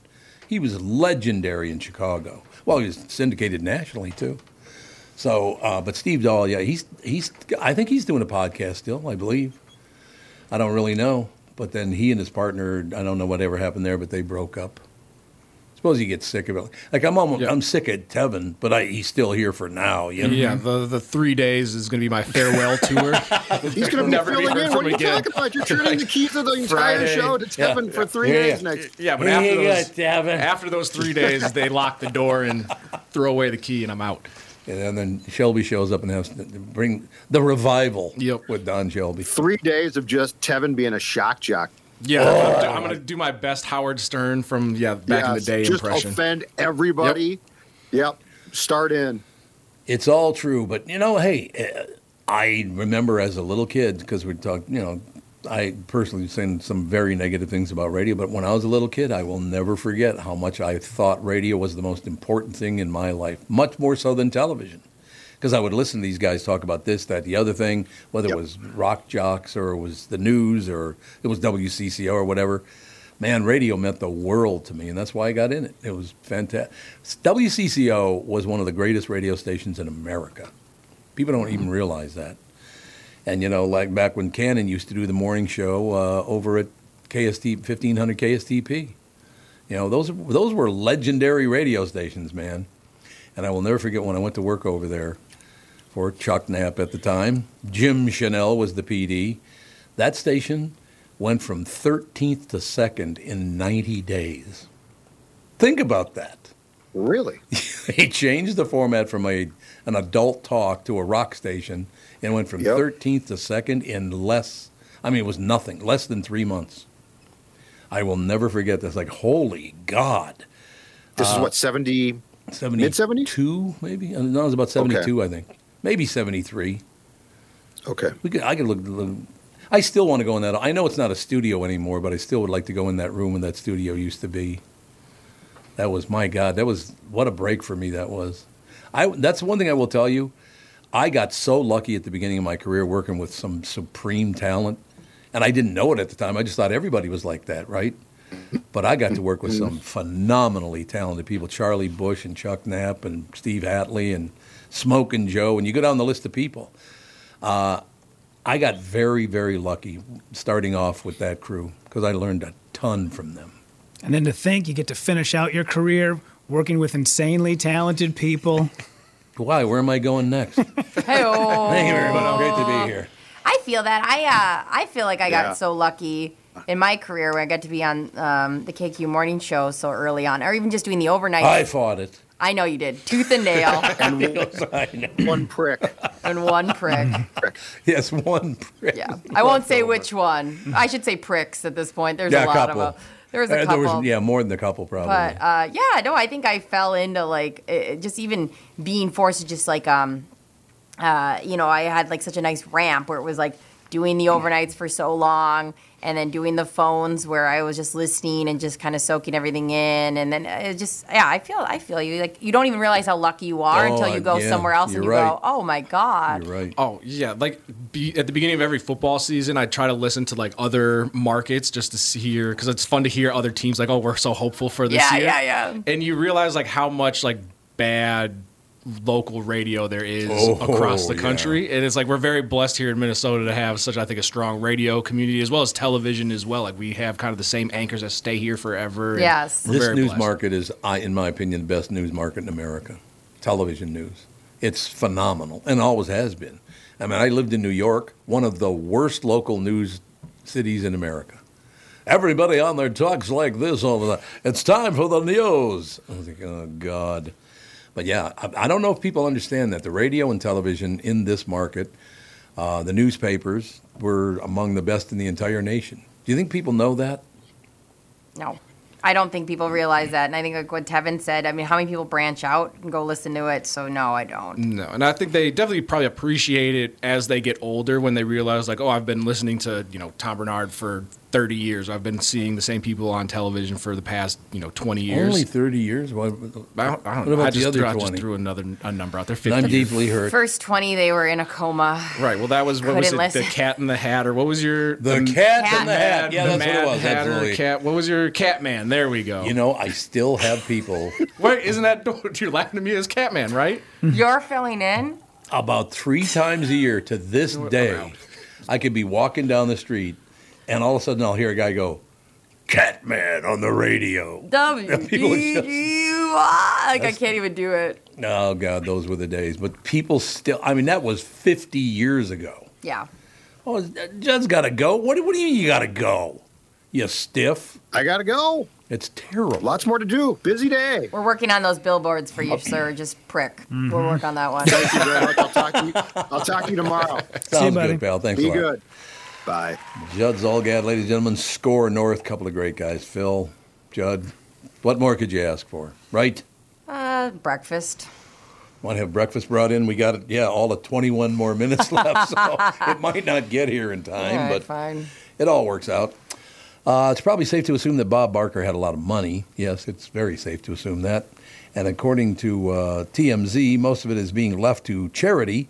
He was legendary in Chicago. Well, he was syndicated nationally, too. So, uh, but Steve Dahl, yeah, he's, he's, I think he's doing a podcast still, I believe. I don't really know. But then he and his partner, I don't know whatever happened there, but they broke up. Suppose you get sick of it. Like I'm almost, Yeah. I'm sick of Tevin, but I, he's still here for now. You know? Yeah, the the three days is going to be my farewell tour. He's going to be Never be filling heard in. from What are you again. talking about? You're turning the keys of the entire Friday. show to Yeah. Tevin for three Yeah, yeah. days next. yeah, but Here after you go, those, Devin. after those three days, they lock the door and throw away the key, and I'm out. And then Shelby shows up and has to bring the revival Yep. with Don Shelby. Three days of just Tevin being a shock jock. Yeah, I'm, do- I'm gonna do my best Howard Stern from yeah back in the Yes, day just impression. offend everybody. Yep. Start in. It's all true, but you know, hey, eh, I remember as a little kid because we talked, you know, I personally saying some very negative things about radio, but when I was a little kid, I will never forget how much I thought radio was the most important thing in my life, much more so than television. because I would listen to these guys talk about this, that, the other thing, whether Yep. it was rock jocks or it was the news or it was WCCO or whatever. Man, radio meant the world to me, and that's why I got in it. It was fantastic. WCCO was one of the greatest radio stations in America. People don't even realize that. And you know, like back when Cannon used to do the morning show uh, over at KST fifteen hundred KSTP. You know, those those were legendary radio stations, man. And I will never forget when I went to work over there for Chuck Knapp at the time. Jim Chanel was the PD. That station went from 13th to 2nd in 90 days. Think about that Really? they changed the format from a an adult talk to a rock station and went from Yep. 13th to 2nd in less I mean it was nothing less than 3 months. I will never forget this like holy god. Uh, This is what seventy. 72 maybe? Uh, No, it was about 72 I think. Maybe 73. Okay. We could I could look, look I still want to go in that. I know it's not a studio anymore, but I still would like to go in that room when that studio used to be. That was my God. That was what a break for me. That was. I. That's one thing I will tell you. I got so lucky at the beginning of my career working with some supreme talent, and I didn't know it at the time. I just thought everybody was like that, right? But I got to work with some phenomenally talented people: Charlie Bush and Chuck Knapp and Steve Hatley and Smoke and Joe. And you go down the list of people. Uh, I got very, very lucky starting off with that crew because I learned a ton from them. And then to think you get to finish out your career working with insanely talented people. Why? Where am I going next? Thank you Hey-oh. very much. Great to be here. I feel that. I uh, I feel like I Yeah. got so lucky in my career where I got to be on um, the KQ morning show so early on, or even just doing the overnight. I fought it. I know you did, tooth and nail, One prick. and one prick. Yes, one prick. Yeah, I won't say which one. I should say pricks at this point. There's Yeah, a a lot couple. of them. There was a Uh, couple. yeah, more than a couple probably. But uh, yeah, no, I think I fell into like uh, just even being forced to just like um, uh, you know, I had like such a nice ramp where it was like doing the overnights for so long, and then doing the phones where I was just listening and just kind of soaking everything in, and then it just yeah, I feel I feel you like you don't even realize how lucky you are Oh, until I- you go yeah, somewhere else and you you're right. go, oh my god, You're right. Oh yeah, like be, at the beginning of every football season, I try to listen to like other markets just to see here because it's fun to hear other teams like, oh, we're so hopeful for this Yeah, year. yeah, yeah. And you realize like how much like bad local radio there is Oh, across the yeah. country, and it's like we're very blessed here in Minnesota to have such I think a strong radio community as well as television as well. Like we have kind of the same anchors that stay here forever. and Yes. we're this very news blessed. market is, I, in my opinion, the best news market in America. Television news. It's phenomenal and always has been. I mean, I lived in New York, one of the worst local news cities in America. Everybody on there talks like this all the time. It's time for the news. I was like, oh, God. But yeah, I, I don't know if people understand that the radio and television in this market, uh, the newspapers, were among the best in the entire nation. Do you think people know that? No. I don't think people realize that. And I think like what Tevin said, I mean, how many people branch out and go listen to it? So no, I don't. No, and I think they definitely probably appreciate it as they get older when they realize like, oh, I've been listening to you know Tom Bernard for thirty years. I've been seeing the same people on television for the past you know twenty years. Only 30 years? Why, I don't, I don't What know. about I the just, other threw, I just 20? threw another a number out there. I'm 50 deeply hurt. First 20 they were in a coma. Right. Well, that was what was it? Couldn't listen. The Cat in the Hat, or what was your um, the cat, Cat in the hat. Mad- Yeah, the that's what it Mad was. Hatter Absolutely. cat. What was your Catman? There we go. You know, I still have people. Wait, isn't that you're laughing at me as Catman, right? You're filling in? about three times a year to this day, I could be walking down the street, and all of a sudden I'll hear a guy go, "Catman" on the radio. people are just- W-E-U-I. Like, E I can't even do it. Oh God, those were the days. But people still. I mean, that was 50 years ago. Yeah. Oh, Judd's got to go. What, what do you mean you got to go? You stiff. I gotta go. It's terrible. Lots more to do. Busy day. We're working on those billboards for you, sir. Just prick. We'll work on that one. Thank you very much. I'll talk to you. I'll talk to you tomorrow. Sounds buddy. good, pal. Thanks a Be lot. good. Bye. Judd Zolgad, ladies and gentlemen, score North. Couple of great guys. Phil, Judd, what more could you ask for, right? Uh, breakfast. Want to have breakfast brought in? We got, yeah, all the 21 more minutes left, so it might not get here in time, All right, but fine. it all works out. Uh, it's probably safe to assume that Bob Barker had a lot of money. Yes, it's very safe to assume that. And according to uh, TMZ, most of it is being left to charity.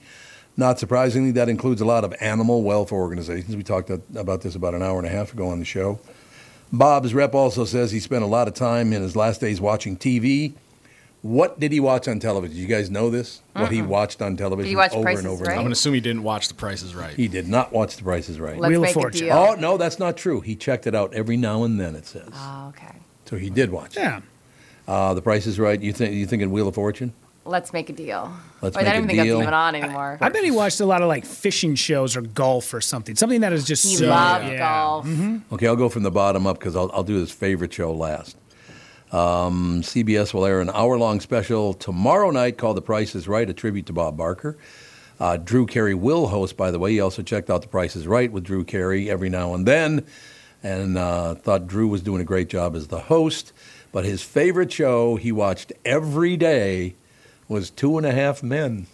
Not surprisingly, that includes a lot of animal welfare organizations. We talked about this about an hour and a half ago on the show. Bob's rep also says he spent a lot of time in his last days watching TV. What did he watch on television? You guys know this? What he watched on television watch over Price and is over Right? I'm and gonna over. assume he didn't watch The Price Is Right. He did not watch The Price is Right. Let's Wheel of make a Fortune. deal. Oh no, that's not true. He checked it out every now and then. It says Oh, okay. so. He did watch. it. Yeah. Uh, the Price is Right. You think you thinking Wheel of Fortune? Let's make a deal. Let's Wait, I make don't a even think deal. that's even on anymore. I bet he watched a lot of like fishing shows or golf or something. Something that is just he so. loved yeah. golf. Okay, I'll go from the bottom up because I'll, I'll do his favorite show last. Um, CBS will air an hour-long special tomorrow night called "The Price Is Right," a tribute to Bob Barker. Uh, Drew Carey will host, by the way. He also checked out The Price is Right with Drew Carey every now and then and uh, thought Drew was doing a great job as the host. But his favorite show he watched every day was Two and a Half Men.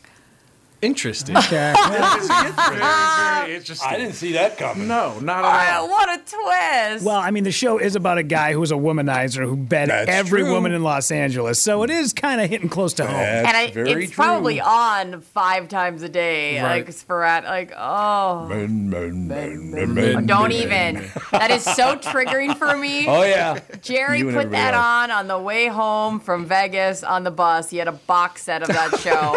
Interesting. Okay. Ah! very, very interesting. I didn't see that coming. No, not at Ah, all. what a twist. Well, I mean, the show is about a guy who's a womanizer who bed That's every true. woman in Los Angeles. So it is kind of hitting close to home. That's and I, very it's true. probably on five times a day, Right. like sporadic. Like, oh, Men, men, men, men, men, don't men. even. That is so triggering for me. Oh yeah, Jerry You and put everybody that else. on on the way home from Vegas on the bus. He had a box set of that show,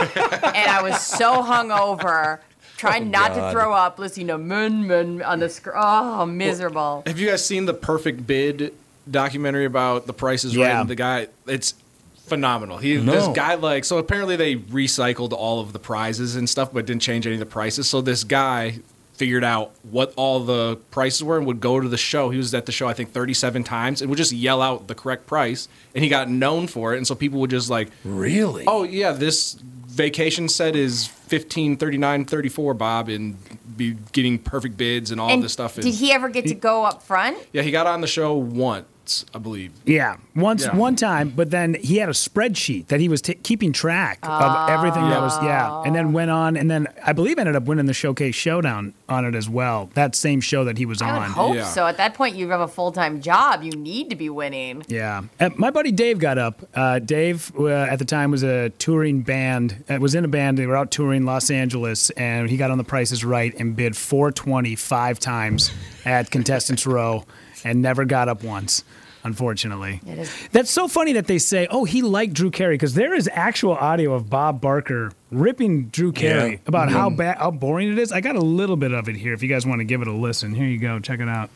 and I was so hungover, trying not Oh, God. to throw up, listening to Moon Moon on the screen. Oh, miserable. Have you guys seen the Perfect Bid documentary about the prices Yeah. right? And the guy, it's phenomenal. He this No. guy like so apparently they recycled all of the prizes and stuff, but didn't change any of the prices. So this guy figured out what all the prices were and would go to the show. He was at the show I think 37 times and would just yell out the correct price, and he got known for it. And so people would just like Really? Oh yeah, this vacation set is 15 39 34 bob and be getting perfect bids and all and this stuff did he ever get to go up front? yeah, he got on the show once, I believe. Yeah, once Yeah. one time, but then he had a spreadsheet that he was t- keeping track Oh. of everything that was yeah, and then went on, and then I believe ended up winning the showcase showdown on it as well. That same show that he was I would on. hope Yeah. so. At that point, you have a full time job. You need to be winning. Yeah, and Uh, my buddy Dave got up. Uh, Dave uh, at the time was a touring band. Uh, was in a band. They were out touring Los Angeles, and he got on the prices right and bid 420 five times at contestants row, and never got up once. Unfortunately, It is- that's so funny that they say, "Oh, he liked Drew Carey," because there is actual audio of Bob Barker ripping Drew Carey Yeah. Mm-hmm. about how bad, how boring it is. I got a little bit of it here. If you guys want to give it a listen, here you go. Check it out.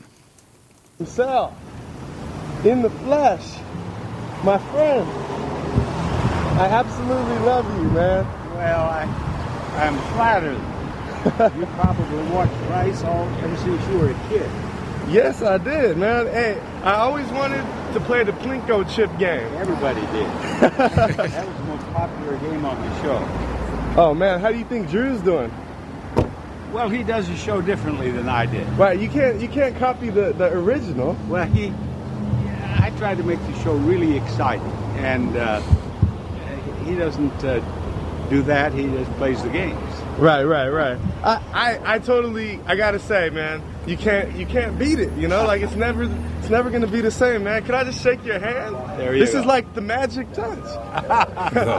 himself in the flesh. My friend, I absolutely love you, man. Well, I, I'm flattered. you probably watched Rice all ever since you were a kid. Yes, I did, man. Hey, I always wanted to play the Plinko chip game. Everybody did. that was the most popular game on the show. Oh man, how do you think Drew's doing? Well, he does the show differently than I did. Right, you can't you can't copy the, the original. Well, he, yeah, I tried to make the show really exciting, and uh, he doesn't uh, do that. He just plays the games. Right, right, right. I, I, I totally I gotta say, man, you can't you can't beat it. You know, like it's never it's never gonna be the same, man. Can I just shake your hand? There you this is like the magic touch.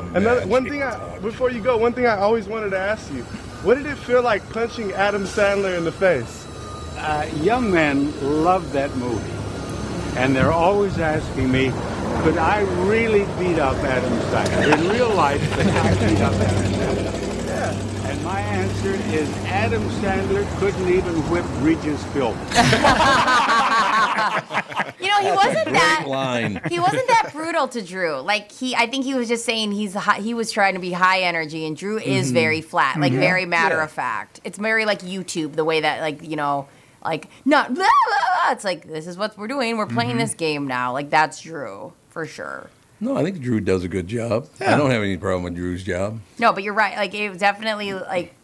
Another one thing I before you go, one thing I always wanted to ask you: What did it feel like punching Adam Sandler in the face? Uh, young men love that movie, and they're always asking me, "Could I really beat up Adam Sandler in real life? Could I beat up Adam Sandler?" Yeah. And my answer is Adam Sandler couldn't even whip Regis Philbin. You know, he wasn't that. Great line. he wasn't that brutal to Drew. Like he, I think he was just saying he's hi- he was trying to be high energy, and Drew is Mm-hmm. very flat, like very matter of fact. It's very like YouTube, the way that like you know, like not blah, blah, blah. It's like this is what we're doing. We're Mm-hmm. playing this game now. Like that's Drew for sure. No, I think Drew does a good job. I don't have any problem with Drew's job. No, but you're right. Like it was definitely like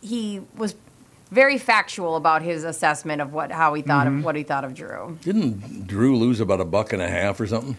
he was very factual about his assessment of what how he thought Mm-hmm. of what he thought of Drew. Didn't Drew lose about a buck and a half or something?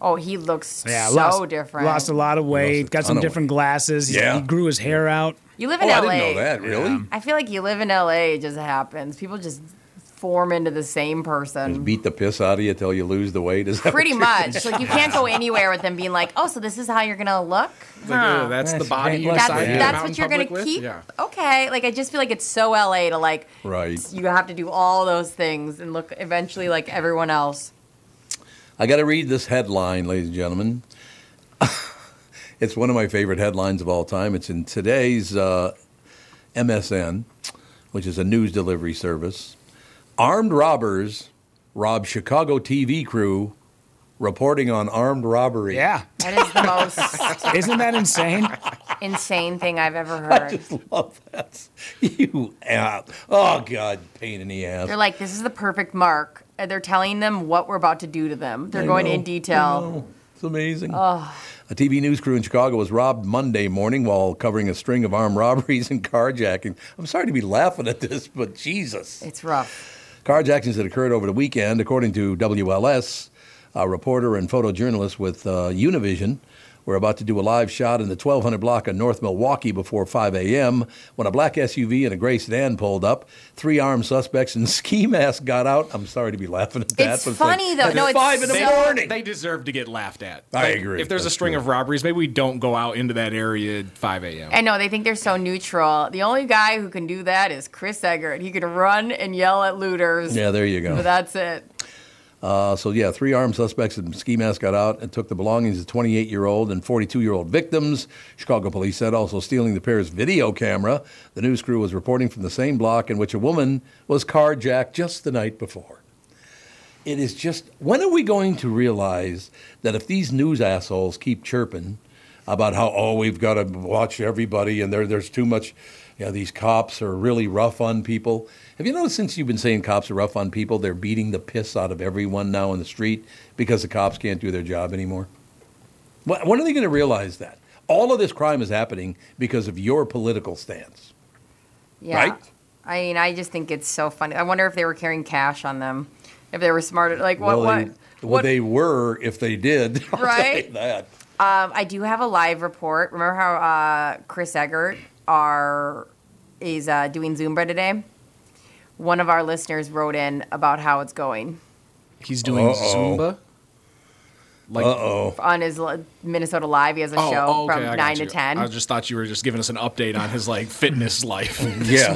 Oh, he looks Yeah, so lost, different. Lost a lot of weight. a Got some ton of different glasses. He's- Yeah. He grew his hair out. You live Oh, in I LA. didn't know that. Really? I feel like you live in LA, it just happens. People just form into the same person. Beat the piss out of you till you lose the weight. Is that Pretty what you're- much. Like you can't go anywhere with them being like, oh, so this is how you're gonna look. It's like, Huh. oh, that's the That's body you right. that's decided to that's come out what in you're gonna public with? keep. Yeah. Okay. Like I just feel like it's so LA to like Right. you have to do all those things and look eventually like everyone else. I got to read this headline, ladies and gentlemen. it's one of my favorite headlines of all time. It's in today's uh, MSN, which is a news delivery service. Armed robbers rob Chicago TV crew reporting on armed robbery. Yeah. That is the most Isn't that insane? insane thing I've ever heard. I just love that. Oh, You ass. Oh, God, pain in the ass. They're like, this is the perfect mark. And they're telling them what we're about to do to them. They're I going know. in I detail. know. It's amazing. A TV news crew in Chicago was robbed Monday morning while covering a string of armed robberies and carjacking. I'm sorry to be laughing at this, but Jesus. It's rough. Carjackings that occurred over the weekend, according to WLS, a reporter and photojournalist with uh, Univision, were about to do a live shot in the 1200 block of North Milwaukee before 5 a.m. when a black SUV and a gray sedan pulled up. Three armed suspects in ski masks got out. I'm sorry to be laughing at that. It's but funny, though. No, it's five in the so- morning. They deserve to get laughed at. I agree. If there's a That's string true. of robberies, maybe we don't go out into that area at 5 a.m. I know they think they're so neutral. The only guy who can do that is Chris Eggert. He could run and yell at looters. yeah, there you go. But that's it. Uh, so yeah, three armed suspects in ski mask got out and took the belongings of 28-year-old and 42-year-old victims. Chicago police said also stealing the pair's video camera. The news crew was reporting from the same block in which a woman was carjacked just the night before. It is just when are we going to realize that if these news assholes keep chirping about how oh we've got to watch everybody and there there's too much you know these cops are really rough on people. Have you noticed since you've been saying cops are rough on people, they're beating the piss out of everyone now in the street because the cops can't do their job anymore? Wh- When are they going to realize that? All of this crime is happening because of your political stance. Yeah. Right? I mean, I just think it's so funny. I wonder if they were carrying cash on them. If they were smarter, like what? well, what? They, well, what- they were if they did. I'll tell Right? you that. Um, I do have a live report. Remember how uh, Chris Eggert are is uh, doing Zumba today? One of our listeners wrote in about how it's going He's doing Uh-oh. Zumba. Like, Uh-oh. on his li- Minnesota Live. He has a Oh, show oh, okay, I from got nine to you. ten, I just thought you were just giving us an update on his like fitness life. Yeah.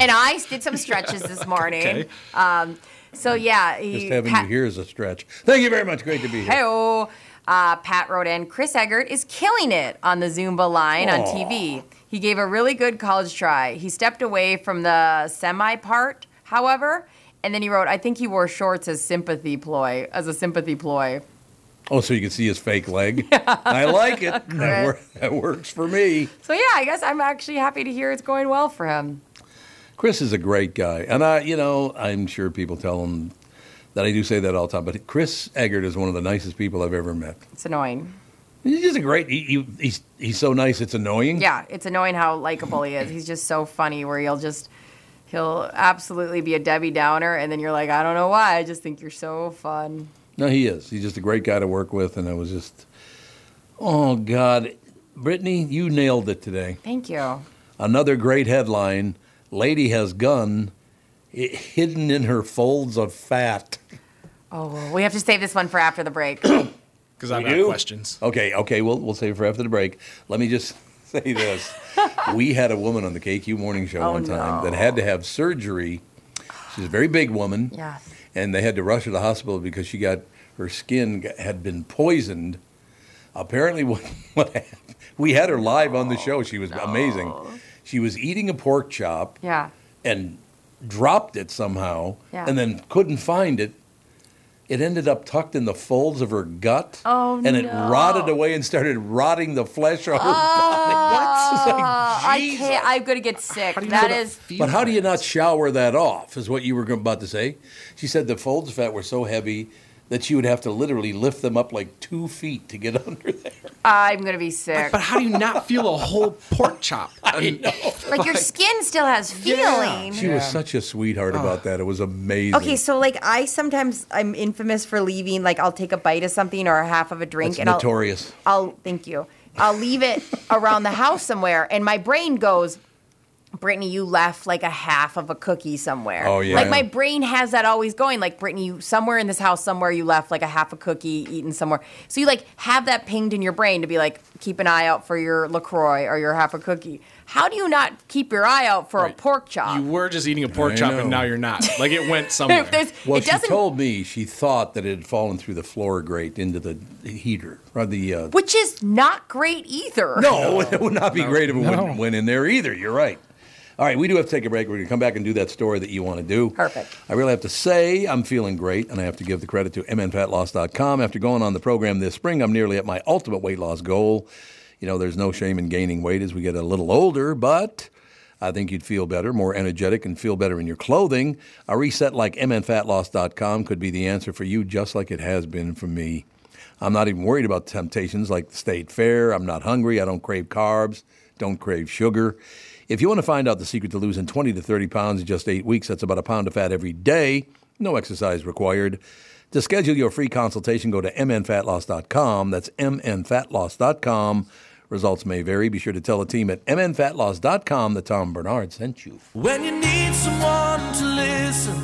and I did some stretches this morning. Um, Okay. So yeah, he, Just having Pat, you here is a stretch. Thank you very much. Great to be here. Heyo. Uh, Pat wrote in, Chris Eggert is killing it on the Zumba line on Aw. TV. He gave a really good college try. He stepped away from the semi part, however, and then he wrote, I think he wore shorts as sympathy ploy, as a sympathy ploy. Oh, so you can see his fake leg. I like it. That, wor- that works for me. So yeah, I guess I'm actually happy to hear it's going well for him. Chris is a great guy, and I, you know, I'm sure people tell him that I do say that all the time. But Chris Eggert is one of the nicest people I've ever met. It's annoying. He's just a great. He, he, he's he's so nice. It's annoying. Yeah, it's annoying how likable he is. He's just so funny where he'll just he'll absolutely be a Debbie Downer and then you're like, I don't know why, I just think you're so fun. No, he is. He's just a great guy to work with, and I was just, oh God, Brittany, you nailed it today. Thank you. Another great headline: Lady has gun i- hidden in her folds of fat. Oh, well, we have to save this one for after the break. Because I've We got do? questions. Okay, okay, we'll we'll save it for after the break. Let me just say this: we had a woman on the KQ morning show Oh, one time no. that had to have surgery. She's a very big woman, yes. and they had to rush her to the hospital because she got her skin got- had been poisoned. Apparently, what, what happened, we had her live on Oh, the show. She was amazing. She was eating a pork chop Yeah. and dropped it somehow, Yeah. and then couldn't find it. It ended up tucked in the folds of her gut, Oh, and it no. Uh, Oh, rotted away and started rotting the flesh off her body. What? I can't. I'm gonna get sick. do you That know that is. feels But how do you like? not shower that off? Is what you were about to say. She said the folds of fat were so heavy that she would have to literally lift them up like two feet to get under there. I'm gonna be sick. But how do you not feel a whole pork chop? Like your skin still has feeling. She was such a sweetheart about that. It was amazing. Okay, so like I sometimes I'm infamous for leaving. Like I'll take a bite of something or a half of a drink, That's and I'll- notorious. I'll thank you. I'll leave it around the house somewhere, and my brain goes, Brittany, you left like a half of a cookie somewhere. Oh, yeah. Like my brain has that always going. Like Brittany, you somewhere in this house, somewhere you left like a half a cookie eaten somewhere. So you like have that pinged in your brain to be like, keep an eye out for your Lacroix or your half a cookie. How do you not keep your eye out for a pork chop? You were just eating a pork I chop know. and now you're not. Like it went somewhere. There's- Well, it she doesn't. told me she thought that it had fallen through the floor grate into the heater or the. Uh, which is not great either. no, it would not be great if it went, went in there either. You're right. All right, we do have to take a break. We're going to come back and do that story that you want to do. Perfect. I really have to say I'm feeling great, and I have to give the credit to mnfatloss.com. After going on the program this spring, I'm nearly at my ultimate weight loss goal. You know, there's no shame in gaining weight as we get a little older, but I think you'd feel better, more energetic, and feel better in your clothing. A reset like mnfatloss.com could be the answer for you, just like it has been for me. I'm not even worried about temptations like the state fair. I'm not hungry. I don't crave carbs. Don't crave sugar. If you want to find out the secret to losing 20 to 30 pounds in just eight weeks, that's about a pound of fat every day. No exercise required. To schedule your free consultation, go to mnfatloss.com. That's mnfatloss.com. Results may vary. Be sure to tell the team at mnfatloss.com that Tom Bernard sent you. When you need someone to listen,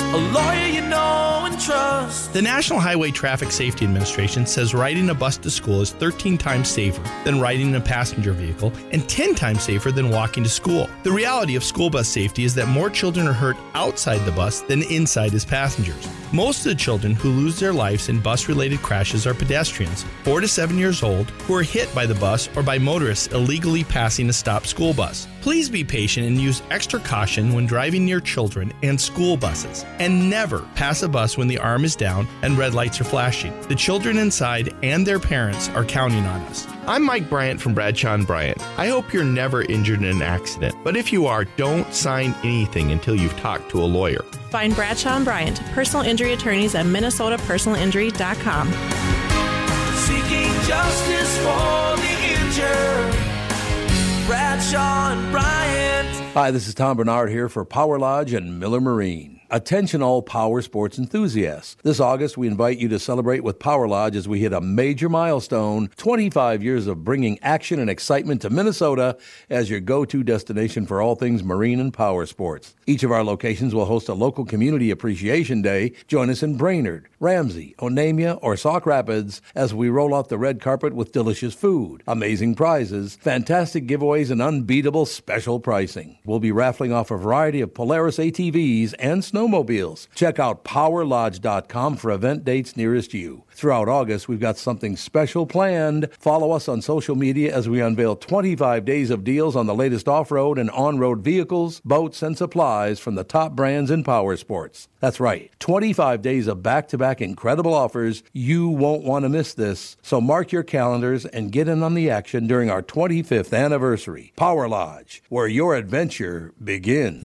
a lawyer you know and trust. The National Highway Traffic Safety Administration says riding a bus to school is 13 times safer than riding in a passenger vehicle and 10 times safer than walking to school. The reality of school bus safety is that more children are hurt outside the bus than inside as passengers. Most of the children who lose their lives in bus related crashes are pedestrians, 4 to 7 years old, who are hit by the bus or by motorists illegally passing a stopped school bus. Please be patient and use extra caution when driving near children and school buses. And never pass a bus when the arm is down and red lights are flashing. The children inside and their parents are counting on us. I'm Mike Bryant from Bradshaw and Bryant. I hope you're never injured in an accident, but if you are, don't sign anything until you've talked to a lawyer. Find Bradshaw and Bryant, personal injury attorneys at minnesotapersonalinjury.com. Seeking justice for the injured. Bradshaw and Bryant. Hi, this is Tom Bernard here for Power Lodge and Miller Marine. Attention, all power sports enthusiasts. This August, we invite you to celebrate with Power Lodge as we hit a major milestone 25 years of bringing action and excitement to Minnesota as your go to destination for all things marine and power sports. Each of our locations will host a local community appreciation day. Join us in Brainerd, Ramsey, Onamia, or Sauk Rapids as we roll out the red carpet with delicious food, amazing prizes, fantastic giveaways, and unbeatable special pricing. We'll be raffling off a variety of Polaris ATVs and snowmobiles. Check out powerlodge.com for event dates nearest you. Throughout August, we've got something special planned. Follow us on social media as we unveil 25 days of deals on the latest off road and on road vehicles, boats, and supplies from the top brands in power sports. That's right, 25 days of back to back incredible offers. You won't want to miss this, so mark your calendars and get in on the action during our 25th anniversary. Power Lodge, where your adventure begins.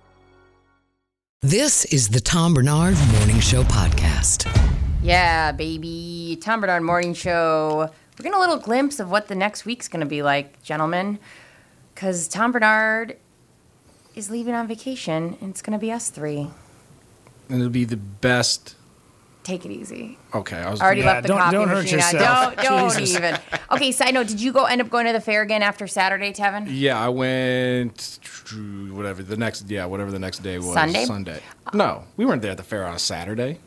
This is the Tom Bernard Morning Show Podcast. Yeah, baby. Tom Bernard Morning Show. We're getting a little glimpse of what the next week's going to be like, gentlemen, because Tom Bernard is leaving on vacation, and it's going to be us three. And it'll be the best. Take it easy. Okay, I was Already Yeah, left the don't- coffee don't hurt machine on. yourself. Don't, don't Jesus. even. Okay, side note: Did you go end up going to the fair again after Saturday, Tevin? Yeah, I went whatever the next yeah whatever the next day was Sunday? Sunday. No, we weren't there at the fair on a Saturday.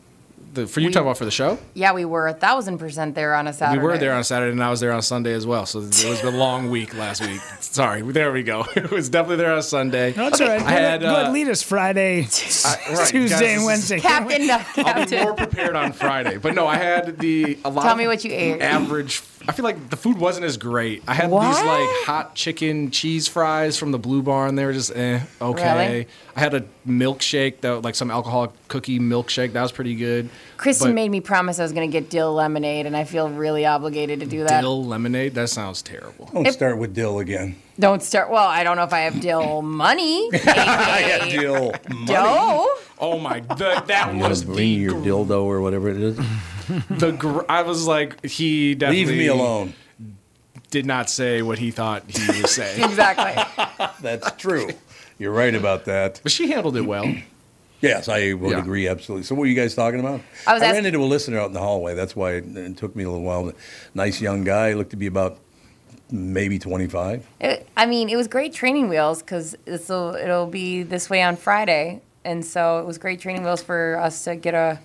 The, for you talking about for the show? Yeah, we were a thousand percent there on a Saturday. We were there on Saturday, and I was there on Sunday as well. So it was a long week last week. Sorry, there we go. It was definitely there on Sunday. No, it's all right. I had go ahead, uh, lead us Friday, right, Tuesday, guys, and Wednesday. Captain, no, I'll be Captain. more prepared on Friday. But no, I had the a lot. Tell of me what you ate. Average. I feel like the food wasn't as great. I had these What? like hot chicken cheese fries from the Blue Barn. They were just eh, okay. Really? I had a milkshake though, like some alcoholic cookie milkshake. That was pretty good. Kristen But made me promise I was going to get dill lemonade, and I feel really obligated to do that. dill lemonade. That sounds terrible. Don't start with dill again. Don't start. Well, I don't know if I have dill money. Yeah, dill. Dough. Oh my, the, that I'm was gonna bring your dildo or whatever it is. the gr- I was like, he definitely Leave me alone. Did not say what he thought he was saying. exactly. That's true. You're right about that. But she handled it well. Yes, I would agree absolutely. So, what were you guys talking about? I was ran ask- into a listener out in the hallway. That's why it, it took me a little while. Nice young guy, looked to be about maybe 25. It, I mean, it was great training wheels because it'll it'll be this way on Friday, and so it was great training wheels for us to get a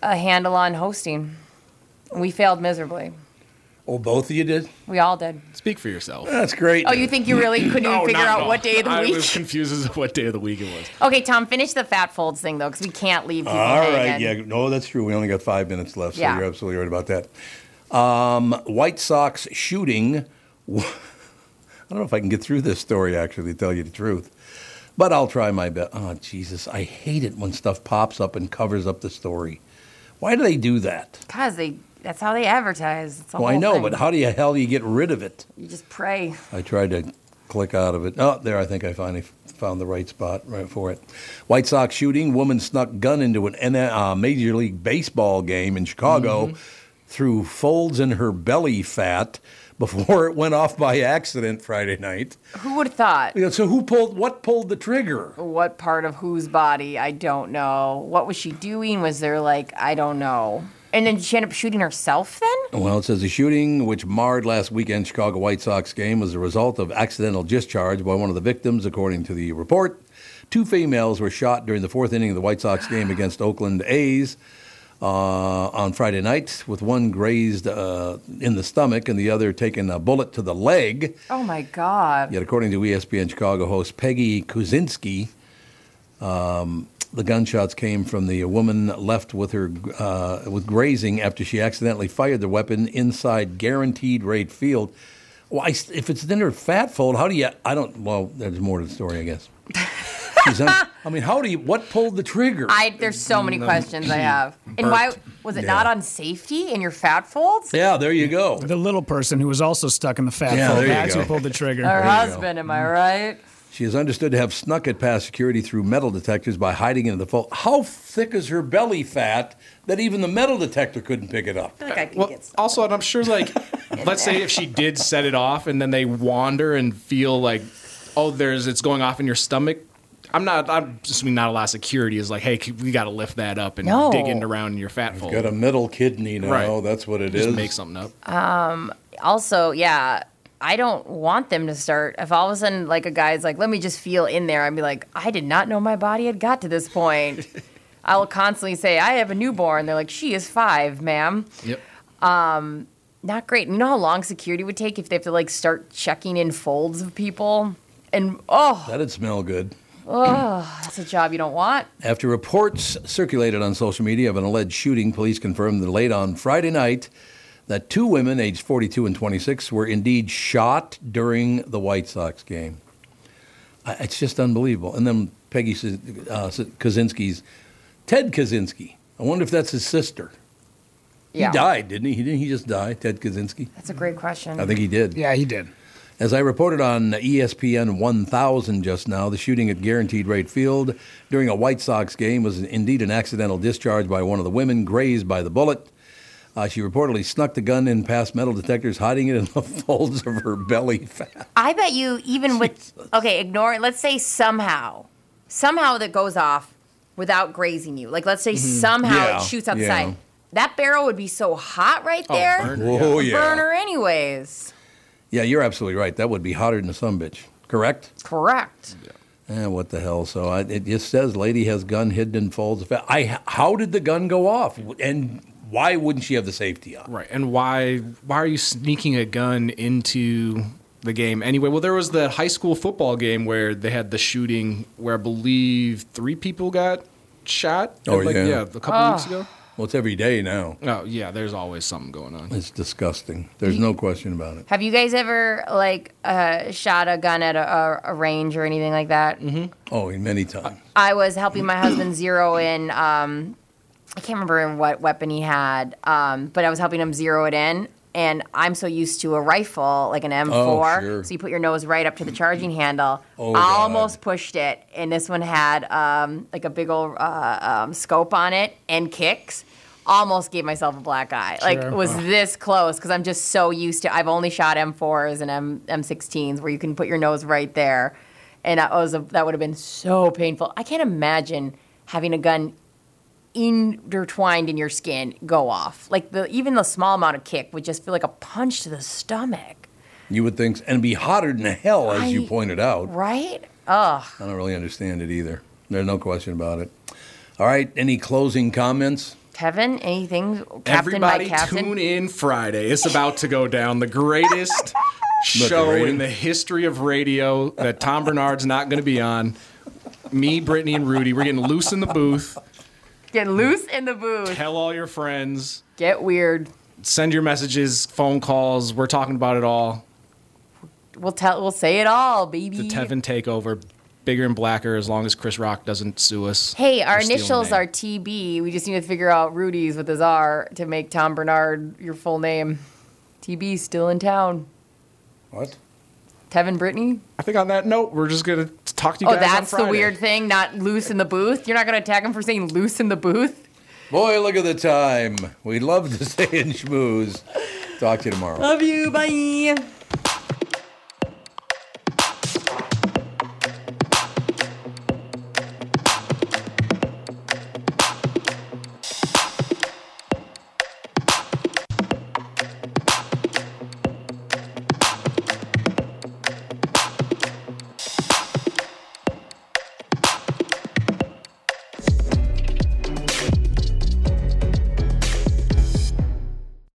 a handle on hosting. We failed miserably. Oh, both of you did. We all did. Speak for yourself. That's great. Oh, you think you really couldn't even No, figure not at out all. what day of the I week? was confused as to what day of the week it was. Okay, Tom, finish the fat folds thing though, because we can't leave people. All right, hanging. yeah, no, that's true. We only got five minutes left, so Yeah. you're absolutely right about that. Um, White Sox shooting. I don't know if I can get through this story actually, to tell you the truth, but I'll try my best. Oh, Jesus, I hate it when stuff pops up and covers up the story. Why do they do that? Cause they that's how they advertise. It's a well, I whole know, thing. but how do you hell do you get rid of it? you just pray. I tried to click out of it. Oh, there, I think I finally f- found the right spot right for it. White Sox shooting, woman snuck gun into an N- uh, Major League Baseball game in Chicago through folds in her belly fat before it went off by accident Friday night. Who would have thought? Yeah, So who pulled what pulled the trigger? What part of whose body? I don't know. What was she doing? Was there like I don't know. And then she ended up shooting herself then? Well, it says the shooting, which marred last weekend's Chicago White Sox game, was a result of accidental discharge by one of the victims, according to the report. Two females were shot during the fourth inning of the White Sox game against Oakland A's uh, on Friday night, with one grazed uh, in the stomach and the other taking a bullet to the leg. Oh my god. Yet, according to E ESPN Chicago host Peggy Kuzinski, um, the gunshots came from the woman left with her uh, with grazing after she accidentally fired the weapon inside guaranteed rate field. Why, if it's in her fat fold, how do you? I don't. Well, there's more to the story, I guess. She's un- I mean, how do you? What pulled the trigger? I there's so many Mm, questions I have. And burped. why was it Yeah. not on safety in your fat folds? Yeah, there you go. The little person who was also stuck in the fat Yeah, fold. there you That's go. who pulled the trigger. Her husband, am I right? She is understood to have snuck it past security through metal detectors by hiding into the fold. How thick is her belly fat that even the metal detector couldn't pick it up? like I can get also, and I'm sure, like, let's say if she did set it off and then they wander and feel like, oh, there's it's going off in your stomach. I'm not. I'm assuming not a lot of security is like, hey, c- we got to lift that up and No. dig in around in your fat fold. Got a middle kidney now. Right. That's what it is. Just make something up. Um, also, yeah, I don't want them to start. If all of a sudden, like a guy's like, "Let me just feel in there," I'd be like, "I did not know my body had got to this point." I'll constantly say, "I have a newborn." They're like, "She is five, ma'am." Yep. Um, not great. You know how long security would take if they have to like start checking in folds of people, and oh, That'd smell good. oh, that's a job you don't want. After reports circulated on social media of an alleged shooting, police confirmed that late on Friday night that two women, aged 42 and 26, were indeed shot during the White Sox game. I- It's just unbelievable. And then Peggy Sis- uh, Sis- Kaczynski's, Ted Kaczynski. I wonder if that's his sister. Yeah. He died, didn't he? He Didn't he just die, Ted Kaczynski? That's a great question. I think he did. Yeah, he did. As I reported on E ESPN 1000 just now, the shooting at Guaranteed Rate Field during a White Sox game was indeed an accidental discharge by one of the women grazed by the bullet. Uh, she reportedly snuck the gun in past metal detectors, hiding it in the folds of her belly fat. I bet you even with okay, ignore it. Let's say somehow, somehow that goes off without grazing you. Like let's say Mhm. somehow Yeah, it shoots yeah. outside. That barrel would be so hot right Oh, there. burner, Oh, yeah. yeah. Burner anyways. Yeah, you're absolutely right. That would be hotter than a sumbitch, correct? Correct. Eh, what the hell? So I, it just says lady has gun hidden in folds. of fa- I how did the gun go off? And why wouldn't she have the safety on? Right. And why why are you sneaking a gun into the game anyway? Well, there was the high school football game where they had the shooting where I believe three people got shot. Oh, like, yeah. yeah, a couple Ah. weeks ago. Well, it's every day now. Oh yeah, there's always something going on. It's disgusting. There's no question about it. Have you guys ever like uh, shot a gun at a, a, a range or anything like that? Mm-hmm. Oh, and many times. I was helping my husband zero in. Um, I can't remember in what weapon he had, um, but I was helping him zero it in. And I'm so used to a rifle, like an M4, Oh, sure. so you put your nose right up to the charging handle. Oh, I God. almost pushed it, and this one had um, like a big old uh, um, scope on it and kicks. Almost gave myself a black eye. Like Sure. it was Wow. this close because I'm just so used to. I've only shot M4s and M M16s where you can put your nose right there, and that was a, that would have been so painful. I can't imagine having a gun intertwined in your skin go off. Like the even the small amount of kick would just feel like a punch to the stomach, You would think, and be hotter than hell, as you I- pointed Oh. out. right? Ugh. I don't really understand it either. There's no question about it. All right. Any closing comments? Kevin, anything? Captain Everybody by Captain? tune in Friday. It's about to go down. The greatest show rating. in the history of radio that Tom Bernard's not going to be on. Me, Brittany, and Rudy, we're getting loose in the booth. Get loose in the booth. Tell all your friends. Get weird. Send your messages, phone calls. We're talking about it all. We'll tell. We'll say it all, The baby. Tevin takeover, bigger and blacker as long as Chris Rock doesn't sue us. Hey, our for stealing initials name. are TB. We just need to figure out Rudy's with his R to make Tom Bernard your full name. TB still in town. What? Tevin Brittany? I think on that note, we're just going to talk to you Oh, guys on that's the Friday. weird thing. Not loose in the booth. You're not gonna attack him for saying loose in the booth. Boy, look at the time. We'd love to stay in schmooze. Talk to you tomorrow. you. Bye.